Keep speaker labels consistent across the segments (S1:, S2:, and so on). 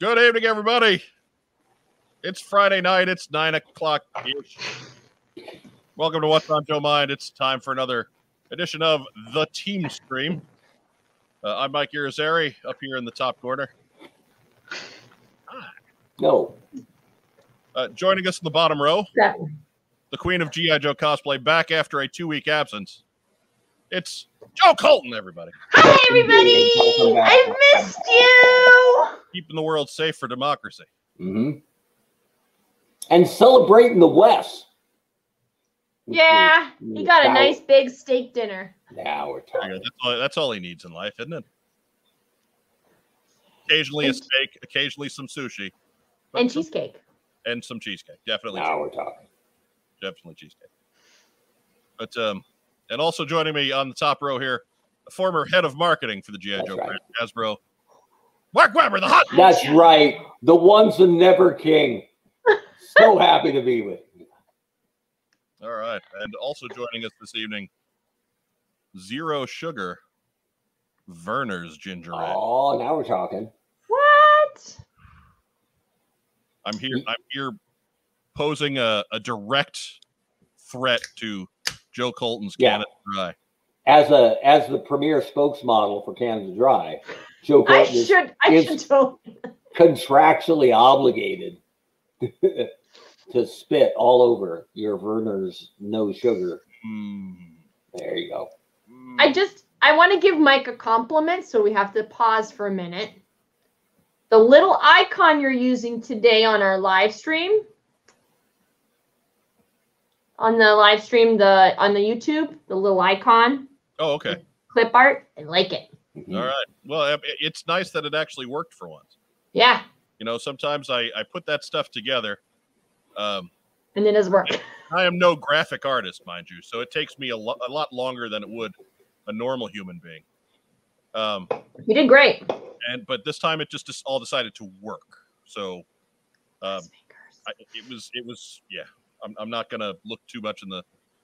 S1: Good evening, everybody. It's Friday night. It's nine o'clock. Welcome to What's on Joe Mind. It's time for another edition of the Team Stream. Uh, I'm Mike Irizarry up here in the top corner.
S2: No.
S1: Uh, joining us in the bottom row,
S3: That
S1: the Queen of GI Joe cosplay, back after a two-week absence. It's Joe Colton, everybody,
S3: Hi, everybody! I missed you!
S1: keeping the world safe for democracy.
S2: Mm-hmm. And celebrating the West. Which
S3: Yeah,
S2: we-
S3: he got a
S2: now-
S3: nice big steak dinner.
S2: Now we're
S1: There you go.
S2: talking.
S1: That's all, that's all he needs in life, isn't it? Occasionally a steak, occasionally some sushi, but-
S3: And cheesecake.
S1: and some cheesecake. Definitely,
S2: Now we're talking.
S1: cheesecake, definitely cheesecake. But um, and also joining me on the top row here, the former head of marketing for the GI
S2: That's
S1: Joe
S2: right.
S1: brand, Hasbro, Mark Weber, the hot.
S2: That's right. The ones and never king. So happy to be with you.
S1: All right, and also joining us this evening, zero sugar, Verner's ginger ale.
S2: Oh, now we're talking.
S3: What?
S1: I'm here. I'm here posing a, a direct threat to Joe Colton's
S2: Yeah.
S1: Canada Dry.
S2: As a as the premier spokesmodel for Canada Dry, Joe
S3: I
S2: Colton is
S3: should, I
S2: it's-
S3: should don't.
S2: contractually obligated to spit all over your Verner's no sugar.
S1: Mm.
S2: There you go.
S3: I just, I want to give Mike a compliment, so we have to pause for a minute. The little icon you're using today on our live stream, on the live stream, the on the YouTube, the little icon,
S1: oh, okay.
S3: clip art, I like it.
S2: Mhm.
S1: All right. Well, I- it- it's nice that it actually worked for once.
S3: Yeah,
S1: You know, sometimes I I put that stuff together. Um,
S3: and it does work.
S1: I am no graphic artist, mind you, so it takes me a, lo- a lot longer than it would a normal human being. Um,
S3: You did great.
S1: and but this time it just dis- all decided to work. So, um, I, it was it was yeah I'm, I'm not gonna look too much in the,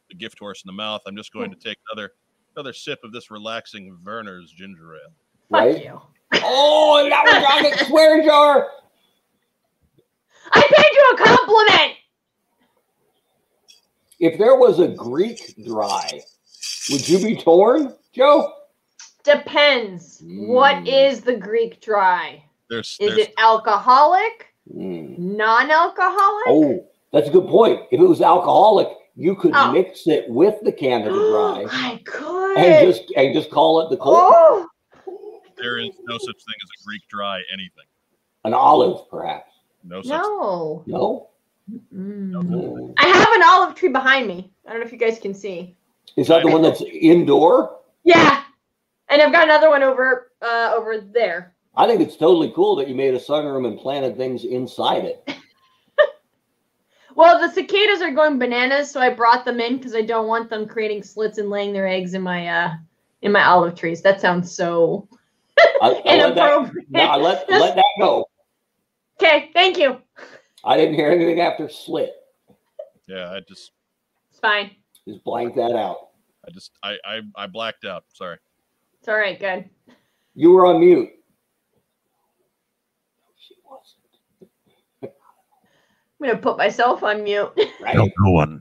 S1: the gift horse in the mouth i'm just going to take another another sip of this relaxing werner's ginger ale
S3: Fuck
S2: Right?
S3: you.
S2: Oh, and now we're talking swear jar.
S3: I paid you a compliment.
S2: If there was a Greek dry, would you be torn, Joe?
S3: Depends.
S2: Mm.
S3: What is the Greek dry?
S1: there's
S3: Is
S1: there's
S3: it alcoholic?
S2: Hmm.
S3: Non-alcoholic?
S2: Oh, that's a good point. If it was alcoholic, you could
S3: Oh.
S2: mix it with the Canada dry
S3: I could.
S2: and just and just call it the cold,
S3: oh.
S1: there is no such thing as a greek dry anything
S2: an olive, perhaps.
S1: no such
S3: No.
S2: No,
S3: Mm.
S2: Mm.
S3: I have an olive tree behind me. I don't know if you guys can see.
S2: is that the one that's indoor?
S3: Yeah. And I've got another one over uh over there.
S2: I think it's totally cool that you made a sunroom and planted things inside it.
S3: Well, the cicadas are going bananas, so I brought them in because I don't want them creating slits and laying their eggs in my uh in my olive trees. That sounds so
S2: I, I let that,
S3: inappropriate.
S2: no, I let, let that go.
S3: Okay, thank you.
S2: I didn't hear anything after slit.
S1: yeah i just
S3: It's fine.
S2: Just blank that out.
S1: i just i i, I blacked out sorry
S3: It's all right. Good.
S2: You were on mute. She wasn't.
S3: I'm gonna put myself on mute.
S2: Right.
S1: no one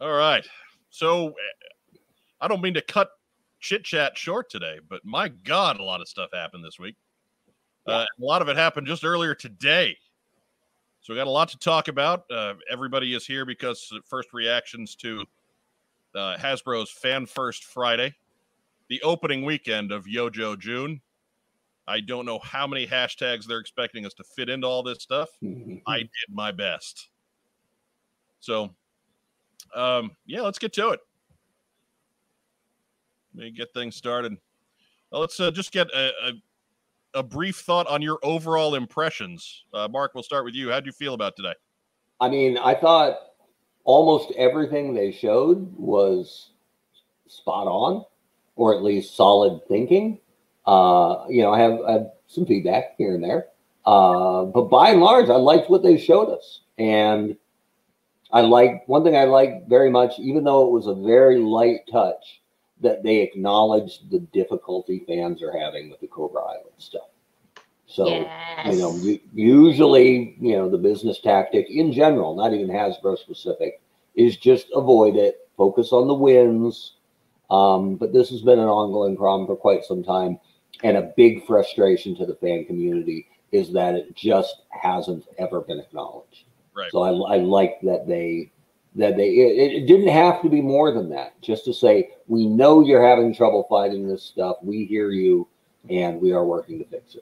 S1: all right so eh, i don't mean to cut chit chat short today but my god a lot of stuff happened this week uh, a lot of it happened just earlier today so we got a lot to talk about uh, everybody is here because first reactions to uh, hasbro's fan first friday the opening weekend of yojo june i don't know how many hashtags they're expecting us to fit into all this stuff
S2: Mhm.
S1: I did my best. So, um, yeah, let's get to it. Let me get things started. Well, let's uh, just get a, a, a brief thought on your overall impressions. Uh, Mark, we'll start with you. How'd you feel about today?
S2: I mean, I thought almost everything they showed was spot on, or at least solid thinking. Uh, you know, I have, I have some feedback here and there, uh, but by and large, I liked what they showed us, and I liked one thing I liked very much, even though it was a very light touch, that they acknowledged the difficulty fans are having with the Cobra Island stuff. So
S3: yes.
S2: you know, u- usually, you know, the business tactic in general, not even Hasbro specific, is just avoid it, focus on the wins. Um, but this has been an ongoing problem for quite some time, and a big frustration to the fan community is that it just hasn't ever been acknowledged.
S1: Right.
S2: So I, I like that they that they it, it didn't have to be more than that. Just to say, we know you're having trouble finding this stuff. We hear you, and we are working to fix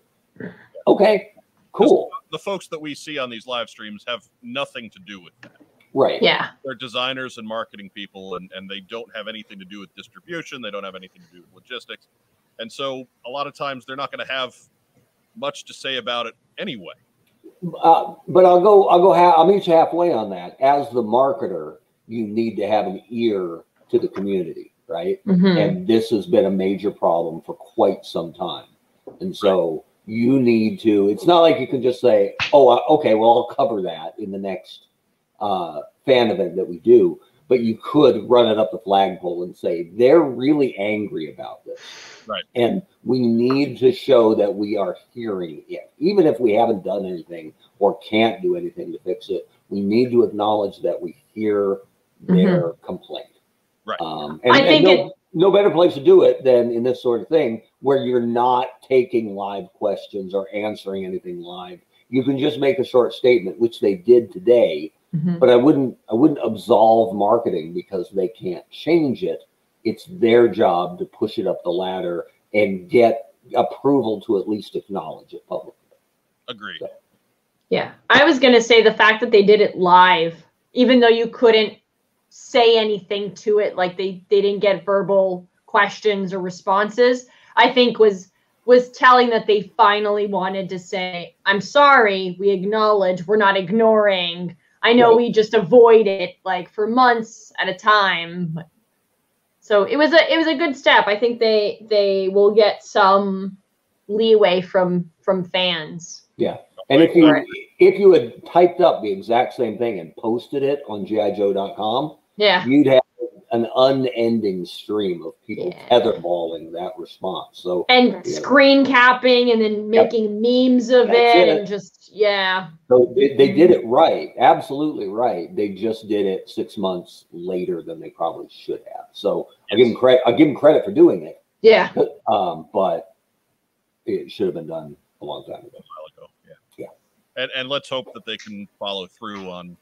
S2: it. Okay, cool.
S1: The folks that we see on these live streams have nothing to do with that.
S2: Right.
S3: yeah.
S1: They're designers and marketing people, and, and they don't have anything to do with distribution. They don't have anything to do with logistics. And so a lot of times they're not going to have much to say about it anyway.
S2: Uh, but I'll go. I'll go. Ha- I'll meet you halfway on that. As the marketer, you need to have an ear to the community, right?
S3: Mhm.
S2: and this has been a major problem for quite some time. And so you need to. It's not like you can just say, "Oh, uh, okay, well, I'll cover that in the next uh, fan event that we do." But you could run it up the flagpole and say they're really angry about this,
S1: Right.
S2: and we need to show that we are hearing it, even if we haven't done anything or can't do anything to fix it. We need to acknowledge that we hear their complaint.
S1: Right.
S2: Um, and,
S3: I
S2: and
S3: think
S2: no, no better place to do it than in this sort of thing where you're not taking live questions or answering anything live. You can just make a short statement, which they did today.
S3: Mhm.
S2: But I wouldn't, I wouldn't absolve marketing because they can't change it. It's their job to push it up the ladder and get approval to at least acknowledge it publicly.
S1: Agreed.
S3: Yeah. I was going to say the fact that they did it live, even though you couldn't say anything to it, like they, they didn't get verbal questions or responses, I think was was telling that they finally wanted to say, I'm sorry, we acknowledge, we're not ignoring. I know
S2: Right.
S3: we just avoid it like for months at a time. So it was a it was a good step. I think they they will get some leeway from from fans.
S2: And if you
S3: Right.
S2: if you had typed up the exact same thing and posted it on GIJoe.com,
S3: Yeah.
S2: you'd have an unending stream of people
S3: Yeah.
S2: tetherballing that response. So
S3: and
S2: Yeah.
S3: screen capping and then
S2: Yep.
S3: making memes of
S2: That's
S3: it,
S2: it.
S3: and just yeah
S2: so they, they did it right, absolutely right. They just did it six months later than they probably should have. So I give them credit. I give them credit for doing it,
S3: yeah
S2: um, but it should have been done a long time ago.
S1: a while ago. Yeah.
S2: Yeah.
S1: And and let's hope that they can follow through on,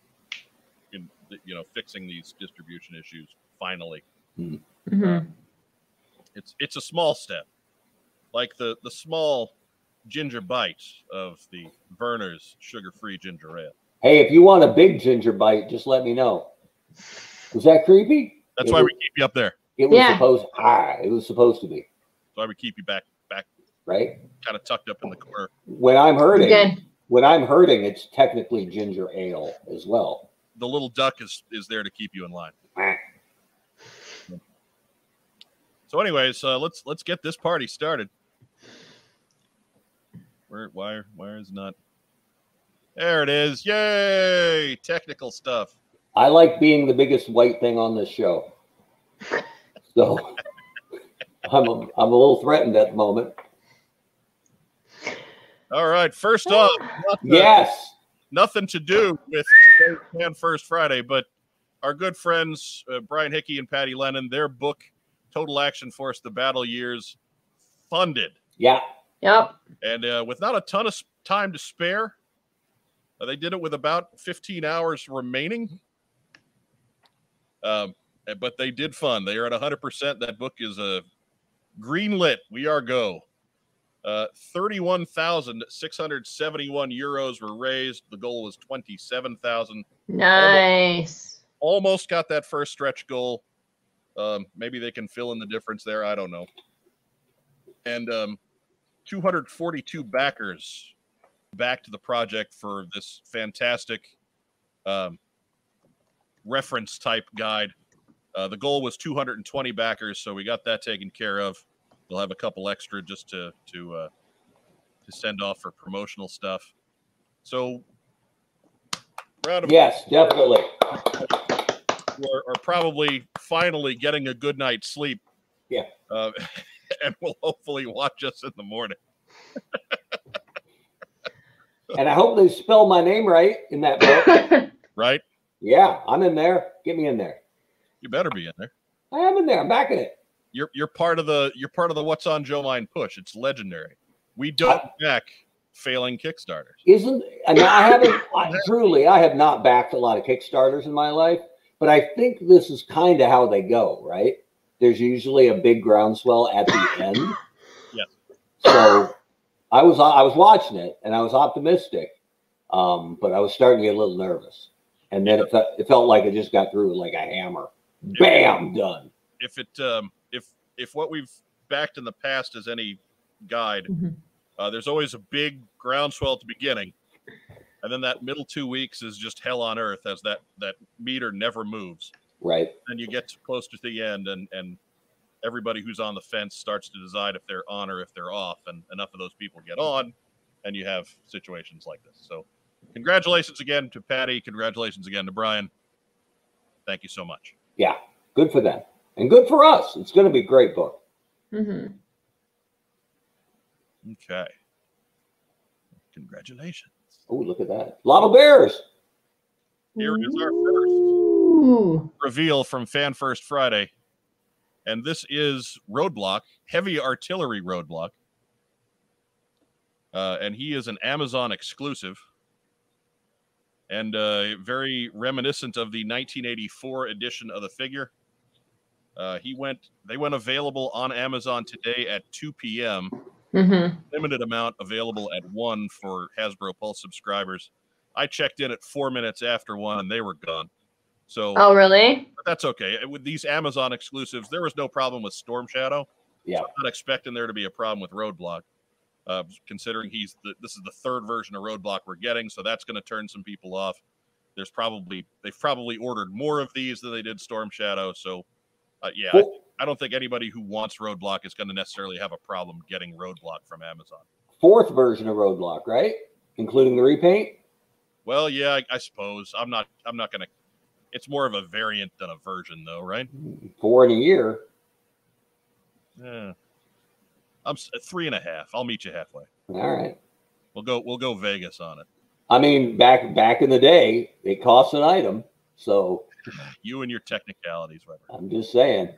S1: in, you know, fixing these distribution issues. Finally,
S3: Mhm.
S1: it's it's a small step, like the the small ginger bite of the Verner's sugar-free ginger ale.
S2: Hey, if you want a big ginger bite, just let me know. Was that creepy?
S1: That's
S2: It
S1: why
S2: was-
S1: we keep you up there.
S2: It was
S3: Yeah.
S2: supposed ah, it was supposed to be,
S1: That's why we keep you back back,
S2: right?
S1: kind of tucked up in the corner.
S2: When I'm hurting,
S3: again
S2: when I'm hurting, it's technically ginger ale as well.
S1: The little duck is is there to keep you in line.
S2: Quack.
S1: So, anyways, uh, let's let's get this party started. Where why why is not? There it is! Yay! Technical stuff.
S2: I like being the biggest white thing on this show. So I'm a, I'm a little threatened at the moment.
S1: All right. First off, nothing,
S2: Yes.
S1: nothing to do with today's Man First Friday, but our good friends uh, Brian Hickey and Patty Lennon, their book "Total Action Force: The Battle Years" funded.
S2: Yeah.
S3: yep
S1: and uh, with not a ton of s- time to spare, uh, they did it with about 15 hours remaining. Um, eh, but they did fun. They are at 100%. That book is a green lit. We are go. Uh, 31,671 euros were raised. The goal was 27,000.
S3: nice
S1: Almost got that first stretch goal. Um, maybe they can fill in the difference there. I don't know. And um, 242 backers backed the project for this fantastic um, reference type guide. Uh, the goal was 220 backers, so we got that taken care of. We'll have a couple extra just to to uh, to send off for promotional stuff. So, round of
S2: Yes, definitely.
S1: who are, are probably finally getting a good night's sleep.
S2: Yeah.
S1: Uh, and will hopefully watch us in the morning.
S2: and I hope they spell my name right in that book.
S1: right?
S2: yeah, I'm in there. Get me in there.
S1: You better be in there.
S2: I am in there. I'm backing it.
S1: You're you're part of the you're part of the what's on Joe Line push. It's legendary. We don't back failing Kickstarters.
S2: Isn't I mean I haven't I, truly I have not backed a lot of Kickstarters in my life, but I think this is kind of how they go, right? There's usually a big groundswell at the end.
S1: Yes.
S2: So I was I was watching it and I was optimistic, um, but I was starting to get a little nervous, and then it, fe- it felt like it just got through like a hammer. Bam, done.
S1: If it um if if what we've backed in the past is any guide,
S3: Mhm.
S1: uh, there's always a big groundswell at the beginning. And then that middle two weeks is just hell on earth as that that meter never moves.
S2: Right.
S1: then you get to close to the end and and everybody who's on the fence starts to decide if they're on or if they're off and enough of those people get on and you have situations like this so congratulations again to patty congratulations again to brian thank you so much
S2: Good for them and good for us. It's going to be a great book.
S3: hmm
S1: okay congratulations
S2: Oh, look at that. A lot of bears.
S1: Here is our first.
S3: Ooh.
S1: reveal from fan first friday and this is roadblock heavy artillery roadblock uh, and he is an amazon exclusive and uh, very reminiscent of the 1984 edition of the figure uh, he went they went available on amazon today at 2 p.m
S3: Mhm.
S1: limited amount available at one for hasbro pulse subscribers i checked in at four minutes after one and they were gone so
S3: Oh, really?
S1: but that's okay. Uh, With these Amazon exclusives, there was no problem with Storm Shadow.
S2: Yeah.
S1: So I'm not expecting there to be a problem with Roadblock, uh, considering he's the, this is the third version of Roadblock we're getting, so that's going to turn some people off. There's probably they've probably ordered more of these than they did Storm Shadow, so uh, yeah, I-
S2: Well-
S1: I don't think anybody who wants Roadblock is going to necessarily have a problem getting Roadblock from Amazon.
S2: Fourth version of Roadblock, right? Including the repaint.
S1: Well, yeah, I, I suppose I'm not I'm not going to. It's more of a variant than a version, though, right?
S2: Four in a year.
S1: Yeah. I'm s- three and a half. I'll meet you halfway.
S2: All right.
S1: We'll go. We'll go Vegas on it.
S2: I mean, back back in the day, it cost an item. So
S1: You and your technicalities, Weber.
S2: I'm just saying,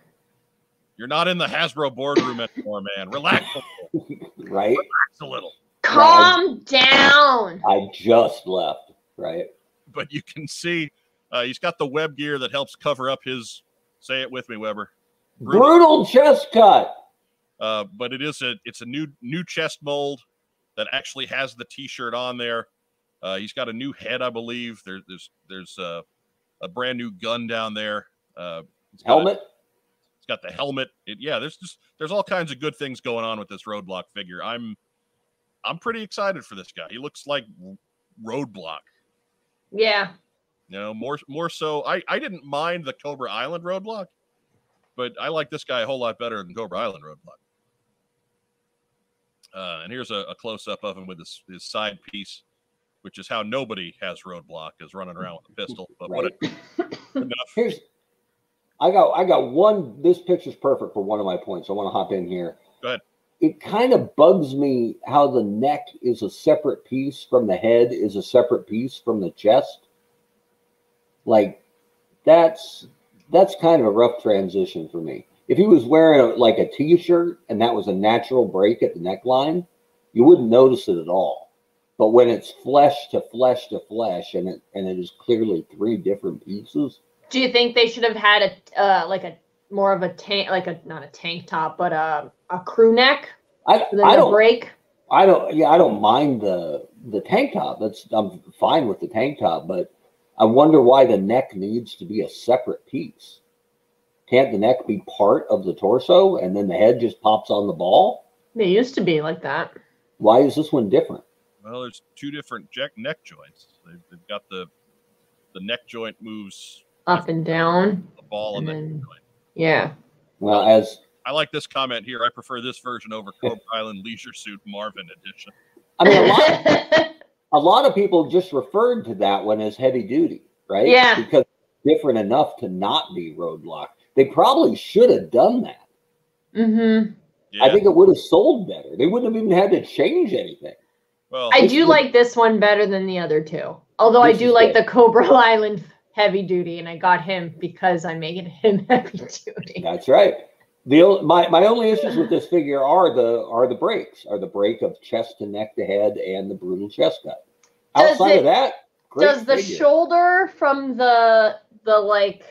S1: You're not in the Hasbro boardroom anymore, man. Relax, a- relax
S2: right?
S1: a little.
S3: Calm down.
S2: I just left, right?
S1: But you can see uh, he's got the web gear that helps cover up his. Say it with me, Weber. Brutal.
S2: Brutal chest cut.
S1: Uh, but it is a it's a new new chest mold that actually has the T-shirt on there. Uh, he's got a new head, I believe. There, there's there's uh, a brand new gun down there. Uh, he's got a-
S2: Helmet.
S1: It's got the helmet. It, yeah, there's just there's all kinds of good things going on with this roadblock figure. I'm I'm pretty excited for this guy. He looks like roadblock.
S3: Yeah.
S1: You know, more more so. I I didn't mind the Cobra Island roadblock, but I like this guy a whole lot better than Cobra Island roadblock. Uh, and here's a, a close up of him with his, his side piece, which is how nobody has roadblock is running around with a pistol. But what
S2: Right.
S1: a, enough.
S2: Here's I got I got one this picture's perfect for one of my points. I want to hop in here.
S1: Go ahead.
S2: It kind of bugs me how the neck is a separate piece from the head is a separate piece from the chest. Like that's that's kind of a rough transition for me. If he was wearing a, like a t-shirt and that was a natural break at the neckline, you wouldn't notice it at all. But when it's flesh to flesh to flesh and it and it is clearly three different pieces,
S3: Do you think they should have had a uh, like a more of a tank, like a not a tank top, but a a crew neck
S2: I,
S3: for them
S2: I
S3: to
S2: don't
S3: break?
S2: I don't yeah I don't mind the the tank top. That's I'm fine with the tank top, but I wonder why the neck needs to be a separate piece. Can't the neck be part of the torso and then the head just pops on the ball?
S3: They used to be like that.
S2: Why is this one different?
S1: Well, there's two different jack neck joints. They've, they've got the the neck joint moves
S3: Up and down.
S1: the ball and
S3: And
S1: the
S3: then-
S1: joint.
S3: Yeah.
S2: Well, as
S1: I like this comment here. I prefer this version over Cobra Island Leisure Suit Marvin edition.
S2: I mean, a lot, a lot of people just referred to that one as heavy duty, right?
S3: Yeah.
S2: because it's different enough to not be roadblock. They probably should have done that.
S3: mm-hmm.
S1: Yeah,
S2: I think it would have sold better. They wouldn't have even had to change anything.
S1: Well,
S3: I do like this one better than the other two. Although I
S2: This
S3: do
S2: is
S3: like the
S2: good.
S3: Cobra Island heavy duty, and I got him because I'm making him heavy duty.
S2: That's right. The ol- my my only issues with this figure are the are the breaks, are the break of chest to neck to head and the brutal chest cut.
S3: Does
S2: Outside
S3: it-
S2: of that, great
S3: Does the
S2: figure.
S3: shoulder from the the like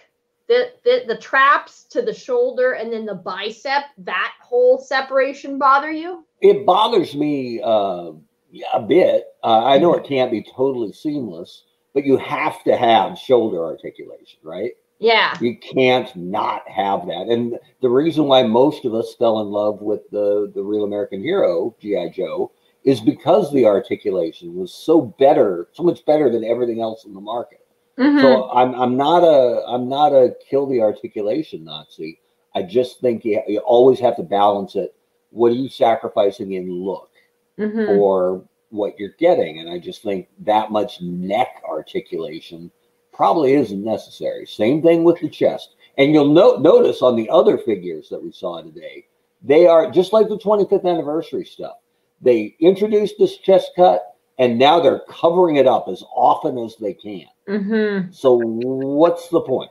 S3: the, the the traps to the shoulder and then the bicep that whole separation bother you?
S2: it bothers me uh, yeah, a bit. Uh, I know it can't be totally seamless, but you have to have shoulder articulation, right?
S3: Yeah.
S2: You can't not have that. And the reason why most of us fell in love with the, the Real American Hero, G.I. Joe, is because the articulation was so better, so much better than everything else in the market.
S3: Mhm.
S2: So I'm I'm not a I'm not a kill the articulation Nazi. I just think you, you always have to balance it. What are you sacrificing in look
S3: Mhm.
S2: or what you're getting? And I just think that much neck articulation probably isn't necessary. Same thing with the chest. And you'll no- notice on the other figures that we saw today, they are just like the 25th anniversary stuff. They introduced this chest cut and now they're covering it up as often as they can.
S3: Mhm.
S2: So what's the point?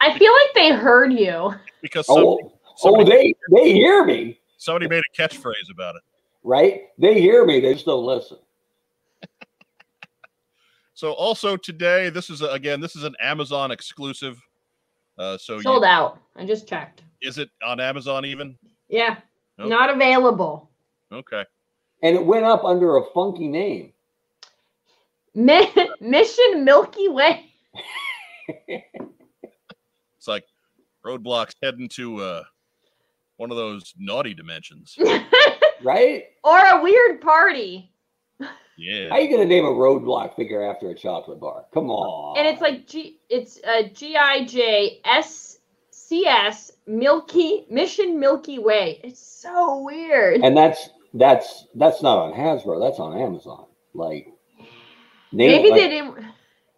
S3: I feel like they heard you.
S1: because some,
S2: Oh, oh,
S1: somebody,
S2: they they hear me,
S1: somebody made a catchphrase about it.
S2: right? They hear me. They just don't listen.
S1: So also today, this is a, again, this is an Amazon exclusive. Uh, so you-
S3: Sold out. I just checked.
S1: is it on Amazon even?
S3: Yeah.
S1: Nope.
S3: Not available.
S1: Okay.
S2: And it went up under a funky name.
S3: Mi- Mission Milky Way.
S1: It's like roadblocks heading to uh, one of those naughty dimensions.
S2: Right?
S3: or a weird party.
S1: Yeah.
S2: How you gonna name a roadblock figure after a chocolate bar? Come on.
S3: And it's like G it's uh G I J S C S Milky Mission Milky Way. It's so weird.
S2: and that's that's that's not on Hasbro. That's on Amazon. Like name it
S3: Maybe
S2: like-
S3: they didn't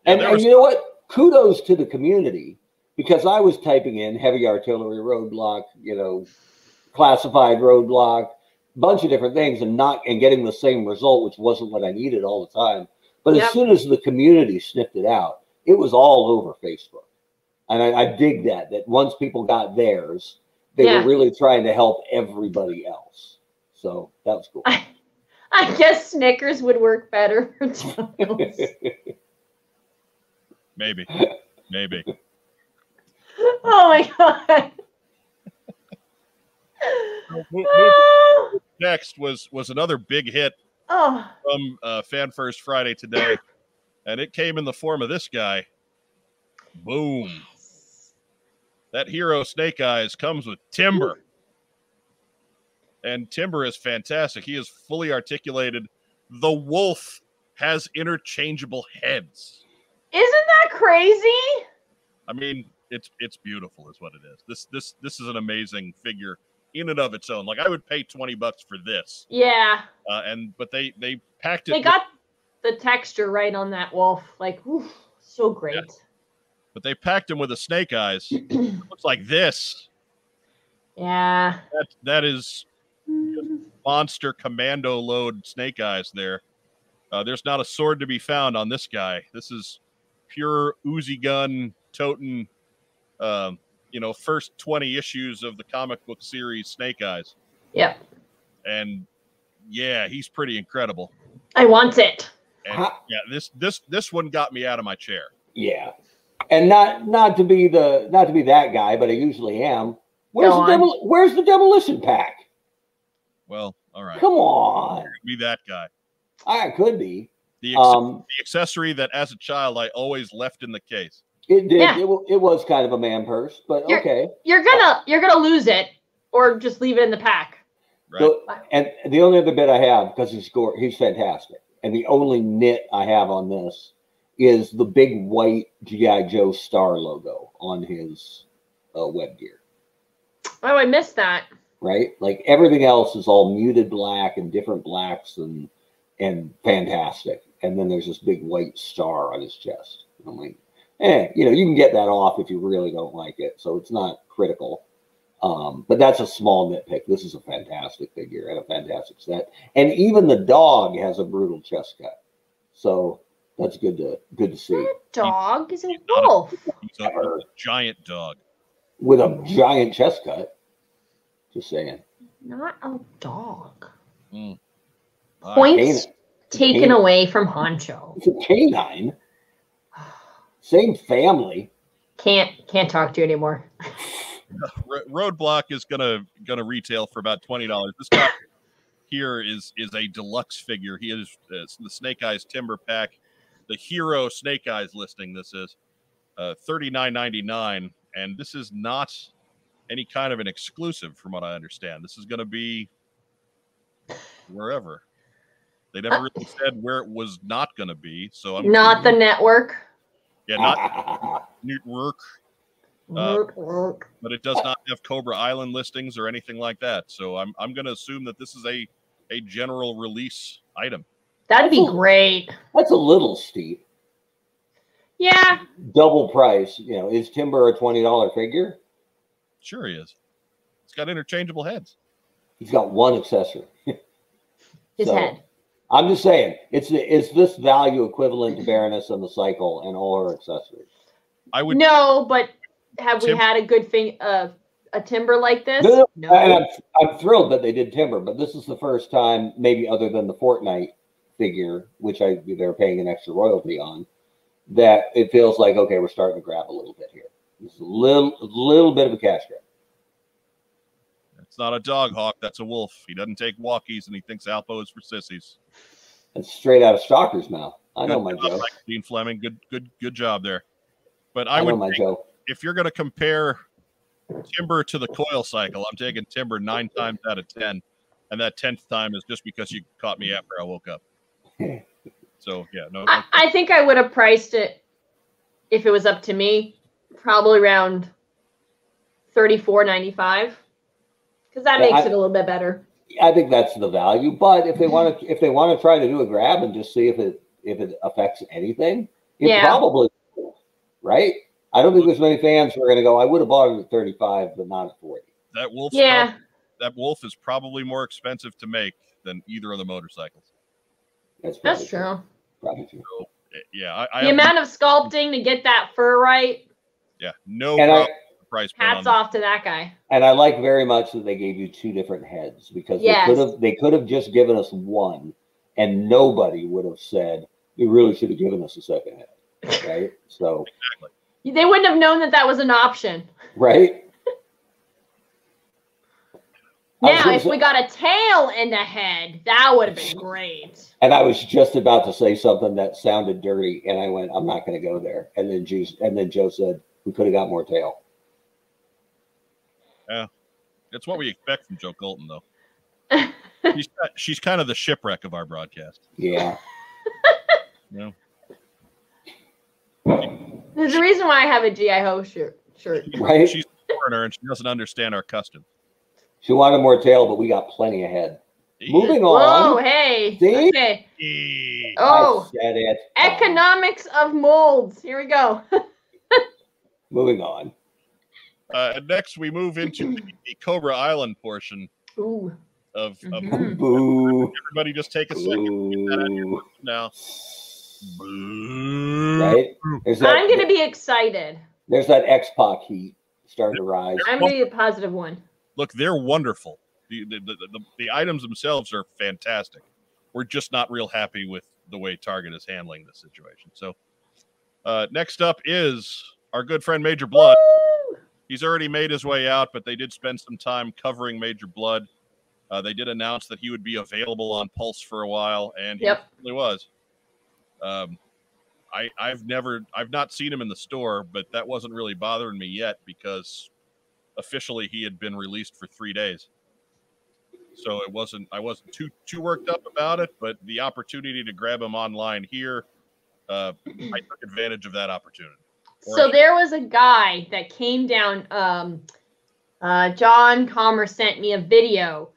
S1: Yeah,
S2: And,
S1: there
S2: and
S1: was-
S2: you know what? Kudos to the community because I was typing in heavy artillery roadblock, you know, classified roadblock, bunch of different things, and not and getting the same result, which wasn't what I needed all the time. But
S3: Yep.
S2: as soon as the community sniffed it out, it was all over Facebook, and I, I dig that. That once people got theirs, they
S3: Yeah.
S2: were really trying to help everybody else. So that was cool.
S3: I guess Snickers would work better for Toes.
S1: Maybe. Maybe.
S3: oh my god.
S1: Mo- mo-
S3: oh,
S1: Next was was another big hit
S3: oh.
S1: from uh, Fan First Friday today, and it came in the form of this guy. Boom! That hero Snake Eyes comes with Timber, and Timber is fantastic. He is fully articulated. The wolf has interchangeable heads.
S3: Isn't that crazy?
S1: I mean, it's it's beautiful, is what it is. This this this is an amazing figure in and of its own. Like I would pay twenty bucks for this,
S3: Yeah.
S1: uh, and but they they packed it.
S3: They
S1: with-
S3: got the texture right on that wolf. Like, oof, so great.
S1: but they packed him with a snake eyes. It looks like this.
S3: Yeah.
S1: That that is monster commando load snake eyes there. Uh, there's not a sword to be found on this guy. This is pure Uzi gun toting, um, you know, first 20 issues of the comic book series Snake Eyes.
S3: Yep.
S1: And yeah, he's pretty incredible.
S3: I want it.
S1: And
S2: How-
S1: yeah, this this this one got me out of my chair.
S2: Yeah. And not not to be the not to be that guy, but I usually am. Where's
S3: Go
S2: the
S3: on.
S2: demol- where's the demolition pack?
S1: Well, all right,
S2: Come on.
S1: be that guy.
S2: I could be.
S1: The, acce-
S2: Um
S1: the accessory that as a child I always left in the case.
S2: it did
S3: Yeah.
S2: it, wa- it was kind of a man purse, but
S3: You're-
S2: okay.
S3: You're gonna you're gonna lose it or just leave it in the pack.
S1: Right.
S2: The- and the only other bit I have because he's gore, he's fantastic. And the only nit I have on this is the big white GI Joe star logo on his uh, web gear,
S3: Oh, I missed that.
S2: right? Like everything else is all muted black and different blacks and and fantastic. And then there's this big white star on his chest. I'm like, eh, you know, you can get that off if you really don't like it. So it's not critical. Um, but that's a small nitpick. This is a fantastic figure and a fantastic set. And even the dog has a brutal chest cut. So that's good to good to see.
S3: Dog is a wolf
S1: He's a a giant dog.
S2: With a giant chest cut. Just saying.
S3: not a dog.
S1: All right.
S3: Points
S2: Canine.
S3: taken
S2: Canine.
S3: away from Honcho.
S2: It's a canine. Same family.
S3: Can't can't talk to you anymore.
S1: Ro- Roadblock is gonna gonna retail for about twenty dollars. This guy here is is a deluxe figure. He is uh, the Snake Eyes Timber Pack, the Hero Snake Eyes listing. This is uh, thirty nine ninety nine, and this is not any kind of an exclusive, from what I understand. This is gonna be wherever. They never really said where it was not gonna be. So I'm
S3: Not the network.
S1: yeah, not Newt Rourke, Uh,
S3: Work, work.
S1: but it does not have Cobra Island listings or anything like that. So I'm I'm going to assume that this is a a general release item.
S3: That'd be great.
S2: That's a little steep.
S3: Yeah.
S2: Double price. You know, is Timber a twenty dollar figure?
S1: Sure he is. It's got interchangeable heads.
S2: He's got one accessory.
S3: His
S2: So-
S3: head.
S2: I'm just saying, it's it's this value equivalent to Baroness and the Cycle and all her accessories.
S1: I would
S3: no, but have we
S1: Tim-
S3: had a good thing uh, a timber like this?
S2: No, And I'm, I'm thrilled that they did Timber, but this is the first time, maybe other than the Fortnite figure, which I they're paying an extra royalty on, that it feels like okay, we're starting to grab a little bit here. It's a little little bit of a cash grab.
S1: it's not a dog hawk, that's a wolf. He doesn't take walkies and he thinks Alpo is for sissies.
S2: That's straight out of Stalker's mouth. I know my
S1: Good job,
S2: joke.
S1: Mike Dean Fleming, good good good job there. But
S2: I,
S1: I,
S2: know
S1: would
S2: my
S1: think
S2: joke.
S1: if you're going to compare timber to the coil cycle, I'm taking timber 9 times out of 10. And that 10th time is just because you caught me after I woke up. So, yeah, no.
S3: I, I think I would have priced it if it was up to me, probably around thirty four ninety five. Because that
S2: Yeah,
S3: makes
S2: I-
S3: it a little bit better.
S2: I think that's the value. But if they want to, if they want to try to do a grab and just see if it if it affects anything, it
S3: Yeah.
S2: probably will, right. I don't think there's many fans who are going to go. I would have bought it at 35, but not at 40.
S1: that wolf
S3: Yeah.
S1: that wolf is probably more expensive to make than either of the motorcycles
S2: That's,
S3: That's
S2: probably
S3: true.
S2: Probably true.
S1: Eh, yeah i, I
S3: The
S1: have-
S3: amount of sculpting to get that fur right,
S1: yeah no
S2: And I
S1: problem with price point on
S3: hats
S1: that.
S3: off to that guy.
S2: and I like very much that they gave you two different heads because
S3: Yes.
S2: they could have they could have just given us one, and nobody would have said you really should have given us a second head, right? So
S3: They wouldn't have known that that was an option.
S2: right. I was
S3: Now,
S2: gonna
S3: if
S2: say-
S3: we got a tail and a head, that would have been great.
S2: And I was just about to say something that sounded dirty, and I went, "I'm not going to go there." And then Juice, and then Joe said, "We could have got more tail."
S1: it's what we expect from joe colton though she's, she's kind of the shipwreck of our broadcast
S2: Yeah,
S3: There's a reason why I have a GI Ho shirt. shirt.
S2: right.
S1: she's a foreigner and she doesn't understand our customs
S2: She wanted more tail, but we got plenty ahead. Moving
S3: Whoa,
S2: on.
S3: hey.
S2: See?
S3: Okay.
S1: Eh,
S3: Oh,
S2: I said it.
S3: economics of molds. Here we go.
S2: Moving on.
S1: uh, next we move into the- the cobra island portion
S3: Ooh.
S1: of, of
S3: Mhm.
S2: Boo.
S1: everybody just take a second
S2: Boo.
S1: now
S2: Right? There's that.
S3: I'm going to be excited.
S2: There's that X Pac heat starting to rise.
S3: I'm going to be the positive one.
S1: look, they're wonderful. The the, the, the the items themselves are fantastic. We're just not real happy with the way Target is handling this situation. So, uh, next up is our good friend Major Blood.
S3: Woo!
S1: He's already made his way out, but they did spend some time covering Major Blood. Uh, they did announce that he would be available on Pulse for a while, and he
S3: Yep.
S1: really was. Um, I I've never I've not seen him in the store, but that wasn't really bothering me yet because officially he had been released for three days. So it wasn't I wasn't too too worked up about it, but the opportunity to grab him online here, uh, I took advantage of that opportunity.
S3: So there was a guy that came down. Um, uh, John Comer sent me a video.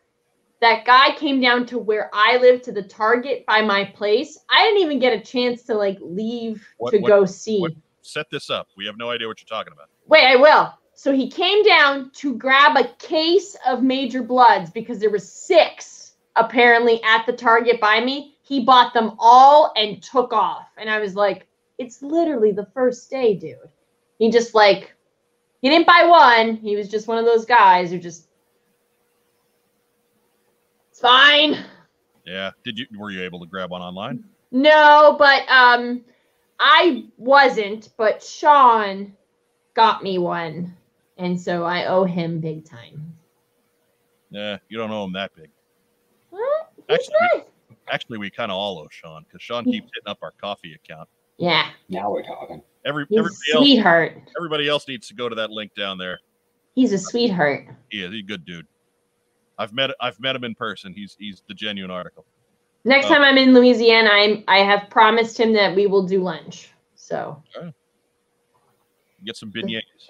S3: That guy came down to where I live to the Target by my place. I didn't even get a chance to like leave
S1: What-
S3: to
S1: what-
S3: go see.
S1: what- Set this up. We have no idea what you're talking about.
S3: Wait, I will. So he came down to grab a case of Major Bloods because there were six apparently at the Target by me. He bought them all and took off. And I was like, it's literally the first day, dude. He just like, he didn't buy one. He was just one of those guys who just, it's fine.
S1: Yeah. Did you were you able to grab one online?
S3: No, but um, I wasn't. But Sean got me one, and so I owe him big time.
S1: Yeah, you don't owe him that big.
S3: What?
S1: Actually,
S3: Nice.
S1: Actually, we kind of all owe Sean because Sean keeps hitting up our coffee account.
S3: Yeah,
S2: Now we're talking.
S1: Every
S3: he's a
S1: everybody else,
S3: sweetheart.
S1: everybody else needs to go to that link down there.
S3: He's a sweetheart.
S1: He is he's a good dude. I've met I've met him in person. He's he's the genuine article.
S3: Next
S1: Oh.
S3: time I'm in Louisiana, I'm I have promised him that we will do lunch. So
S1: Get some beignets.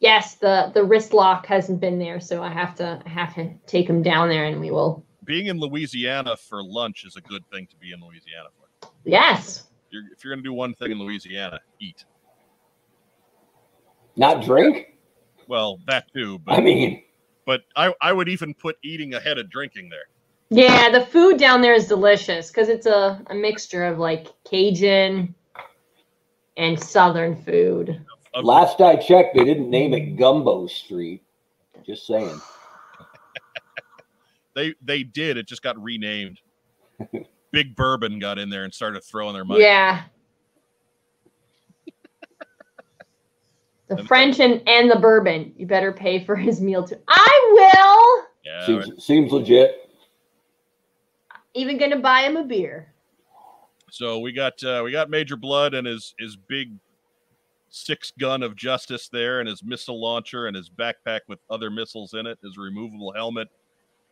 S3: yes, the the wrist lock hasn't been there, so I have to I have to take him down there, and we will.
S1: Being in Louisiana for lunch is a good thing to be in Louisiana for.
S3: Yes,
S1: You're, if you're gonna do one thing in Louisiana, eat.
S2: Not drink?
S1: Well, that too,
S2: I
S1: but
S2: mean,
S1: but I, I would even put eating ahead of drinking there.
S3: yeah, the food down there is delicious because it's a a mixture of like Cajun and Southern food.
S1: Of-
S2: last I checked, they didn't name it Gumbo Street. Just saying.
S1: They they did. It just got renamed. Big Bourbon got in there and started throwing their money.
S3: Yeah. The
S1: And-
S3: French and, and the bourbon. You better pay for his meal too. I will.
S1: Yeah,
S2: seems, seems legit.
S3: Even gonna buy him a beer.
S1: So we got uh, we got Major Blood and his his big six gun of justice there, and his missile launcher, and his backpack with other missiles in it, his removable helmet,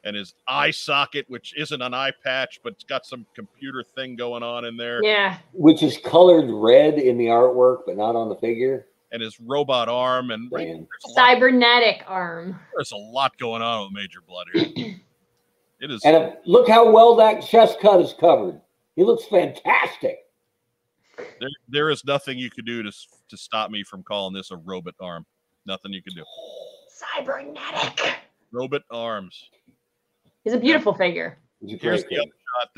S1: and his eye socket, which isn't an eye patch, but it's got some computer thing going on in there,
S3: Yeah.
S2: Which is colored red in the artwork, but not on the figure.
S1: and his robot arm, and there's
S2: Damn.
S1: a, lot,
S3: Cybernetic arm.
S1: there's a lot going on with Major Blood here. It is
S2: And if- look how well that chest cut is covered. He looks fantastic.
S1: there, there is nothing you could do to s- to stop me from calling this a robot arm. Nothing you can do.
S3: Cybernetic.
S1: Robot arms.
S3: He's a beautiful figure.
S2: It's a
S1: Here's
S2: great
S1: the
S2: kid.
S1: other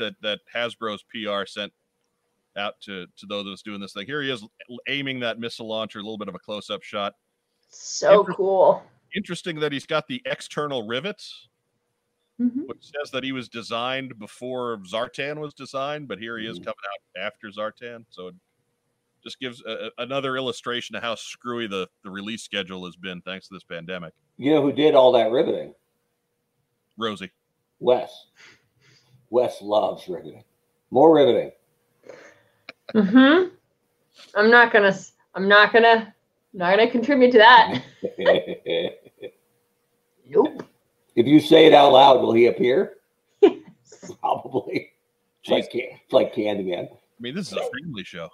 S1: shot that that Hasbro's PR sent out to to those that's doing this thing. Here he is l- aiming that missile launcher. A little bit of a close up shot.
S3: So
S1: Interesting.
S3: cool.
S1: Interesting that he's got the external rivets,
S3: Mm-hmm.
S1: which says that he was designed before Zartan was designed, but here he is
S2: Mhm.
S1: coming out after Zartan. So it just gives a, a- another illustration of how screwy the the release schedule has been thanks to this pandemic.
S2: You know who did all that riveting?
S1: Rosie,
S2: Wes. Wes loves riveting. More riveting.
S3: Mm-hmm. I'm not gonna s- I'm not gonna not gonna contribute to that.
S2: if
S3: Nope.
S2: you say it out loud, will he appear? Probably. It's like, can- it's like Candyman.
S1: I mean, this is a family show.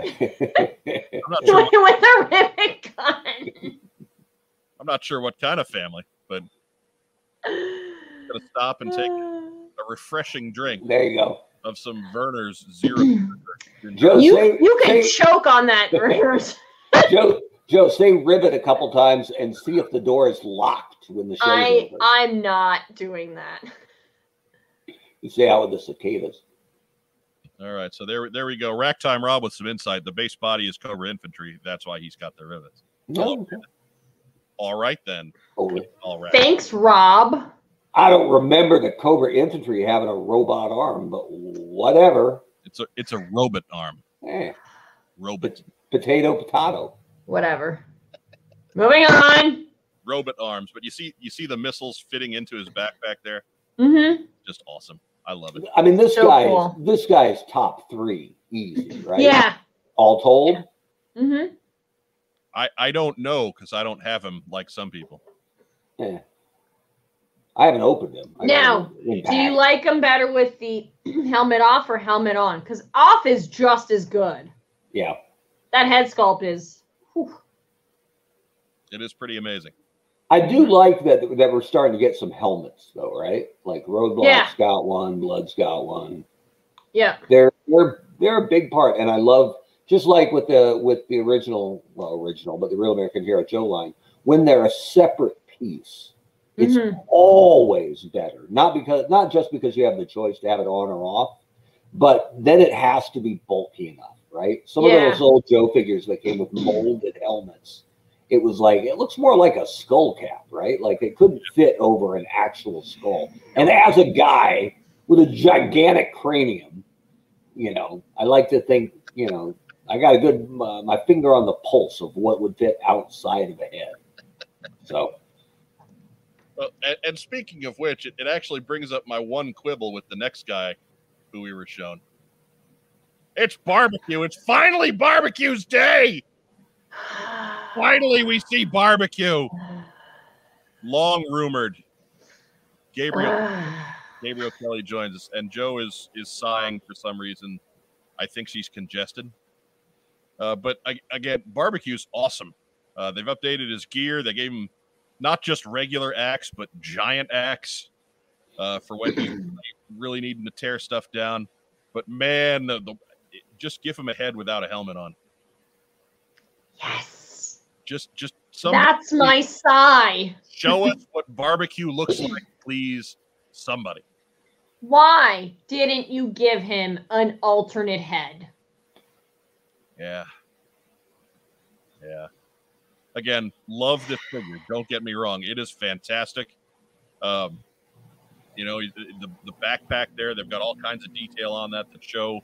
S2: I
S1: I'm not sure.
S3: With a ribbon gun.
S1: I'm not sure what kind of family. Going to stop and take a refreshing drink.
S2: There you go.
S1: of some Verner's zero.
S2: Joe,
S3: Uh, You
S2: say,
S3: you can
S2: say-
S3: choke on that reverse.
S2: Joe, Joe, say ribbon a couple times and see if the door is locked when the show's
S3: I
S2: over.
S3: I'm not doing that.
S2: You see how the cicadas.
S1: All right, so there, there we go. Rack time, Rob, with some insight. The base body is Cobra Infantry. That's why he's got the rivets.
S2: No.
S1: All right then.
S2: Oh,
S1: All right.
S3: Thanks, Rob.
S2: I don't remember the Cobra infantry having a robot arm, but whatever.
S1: It's a, it's a robot arm.
S2: Eh,
S1: Robot,
S2: potato, potato.
S3: Whatever. Moving on.
S1: robot arms. But you see, you see the missiles fitting into his backpack there.
S3: Mm-hmm.
S1: Just awesome. I love it.
S2: I mean, this
S3: So
S2: guy,
S3: cool.
S2: is, this guy is top three, easy, right?
S3: Yeah.
S2: All told,
S3: Yeah. Mm-hmm.
S1: I, I don't know because I don't have him like some people.
S2: I haven't opened them. I
S3: Now,
S2: got them in
S3: Do you
S2: pack.
S3: like them better with the helmet off or helmet on? Because off is just as good.
S2: yeah,
S3: That head sculpt is. whew.
S1: It is pretty amazing.
S2: I do like that that we're starting to get some helmets, though, right? Like Roadblock's
S3: Yeah.
S2: got one, Blood's got one.
S3: Yeah.
S2: They're they're they're a big part, and I love just like with the with the original, well, original, but the Real American Hero Joe line. when they're a separate piece, it's
S3: Mhm.
S2: always better. Not because not just because you have the choice to have it on or off, but then it has to be bulky enough, right? Some
S3: Yeah.
S2: of those old Joe figures that came with molded helmets, it was like it looks more like a skull cap, right? Like they couldn't fit over an actual skull. And as a guy with a gigantic cranium, you know, I like to think, you know, I got a good uh, my finger on the pulse of what would fit outside of a head. So
S1: Well, Uh, and, and speaking of which, it, it actually brings up my one quibble with the next guy who we were shown. It's barbecue. It's finally barbecue's day. Finally, we see barbecue. Long rumored. Gabriel Gabriel Kelly joins us, and Joe is is sighing for some reason. I think she's congested. Uh, but I, again, barbecue's awesome. Uh, they've updated his gear. They gave him not just regular axe, but giant axe uh, for when he's really needing to tear stuff down. But man, the, the, just give him a head without a helmet on.
S3: yes.
S1: Just just some
S3: That's my sigh.
S1: show us what barbecue looks like, please. Somebody.
S3: Why didn't you give him an alternate head?
S1: Yeah. Yeah. Again, love this figure. Don't get me wrong. It is fantastic. Um, you know, the, the- the backpack there, they've got all kinds of detail on that that show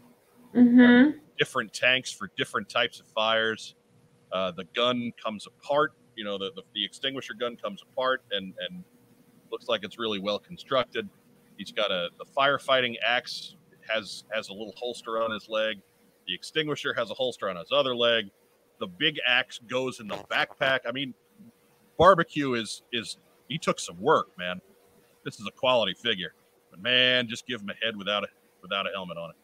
S3: Mm-hmm.
S1: different tanks for different types of fires. Uh, the gun comes apart, you know, the, the, the extinguisher gun comes apart and, and looks like it's really well constructed. He's got a the firefighting axe has has a little holster on his leg. The extinguisher has a holster on his other leg. The big axe goes in the backpack. I mean, barbecue is is he took some work, man. This is a quality figure, but man, just give him a head without a without a helmet on it.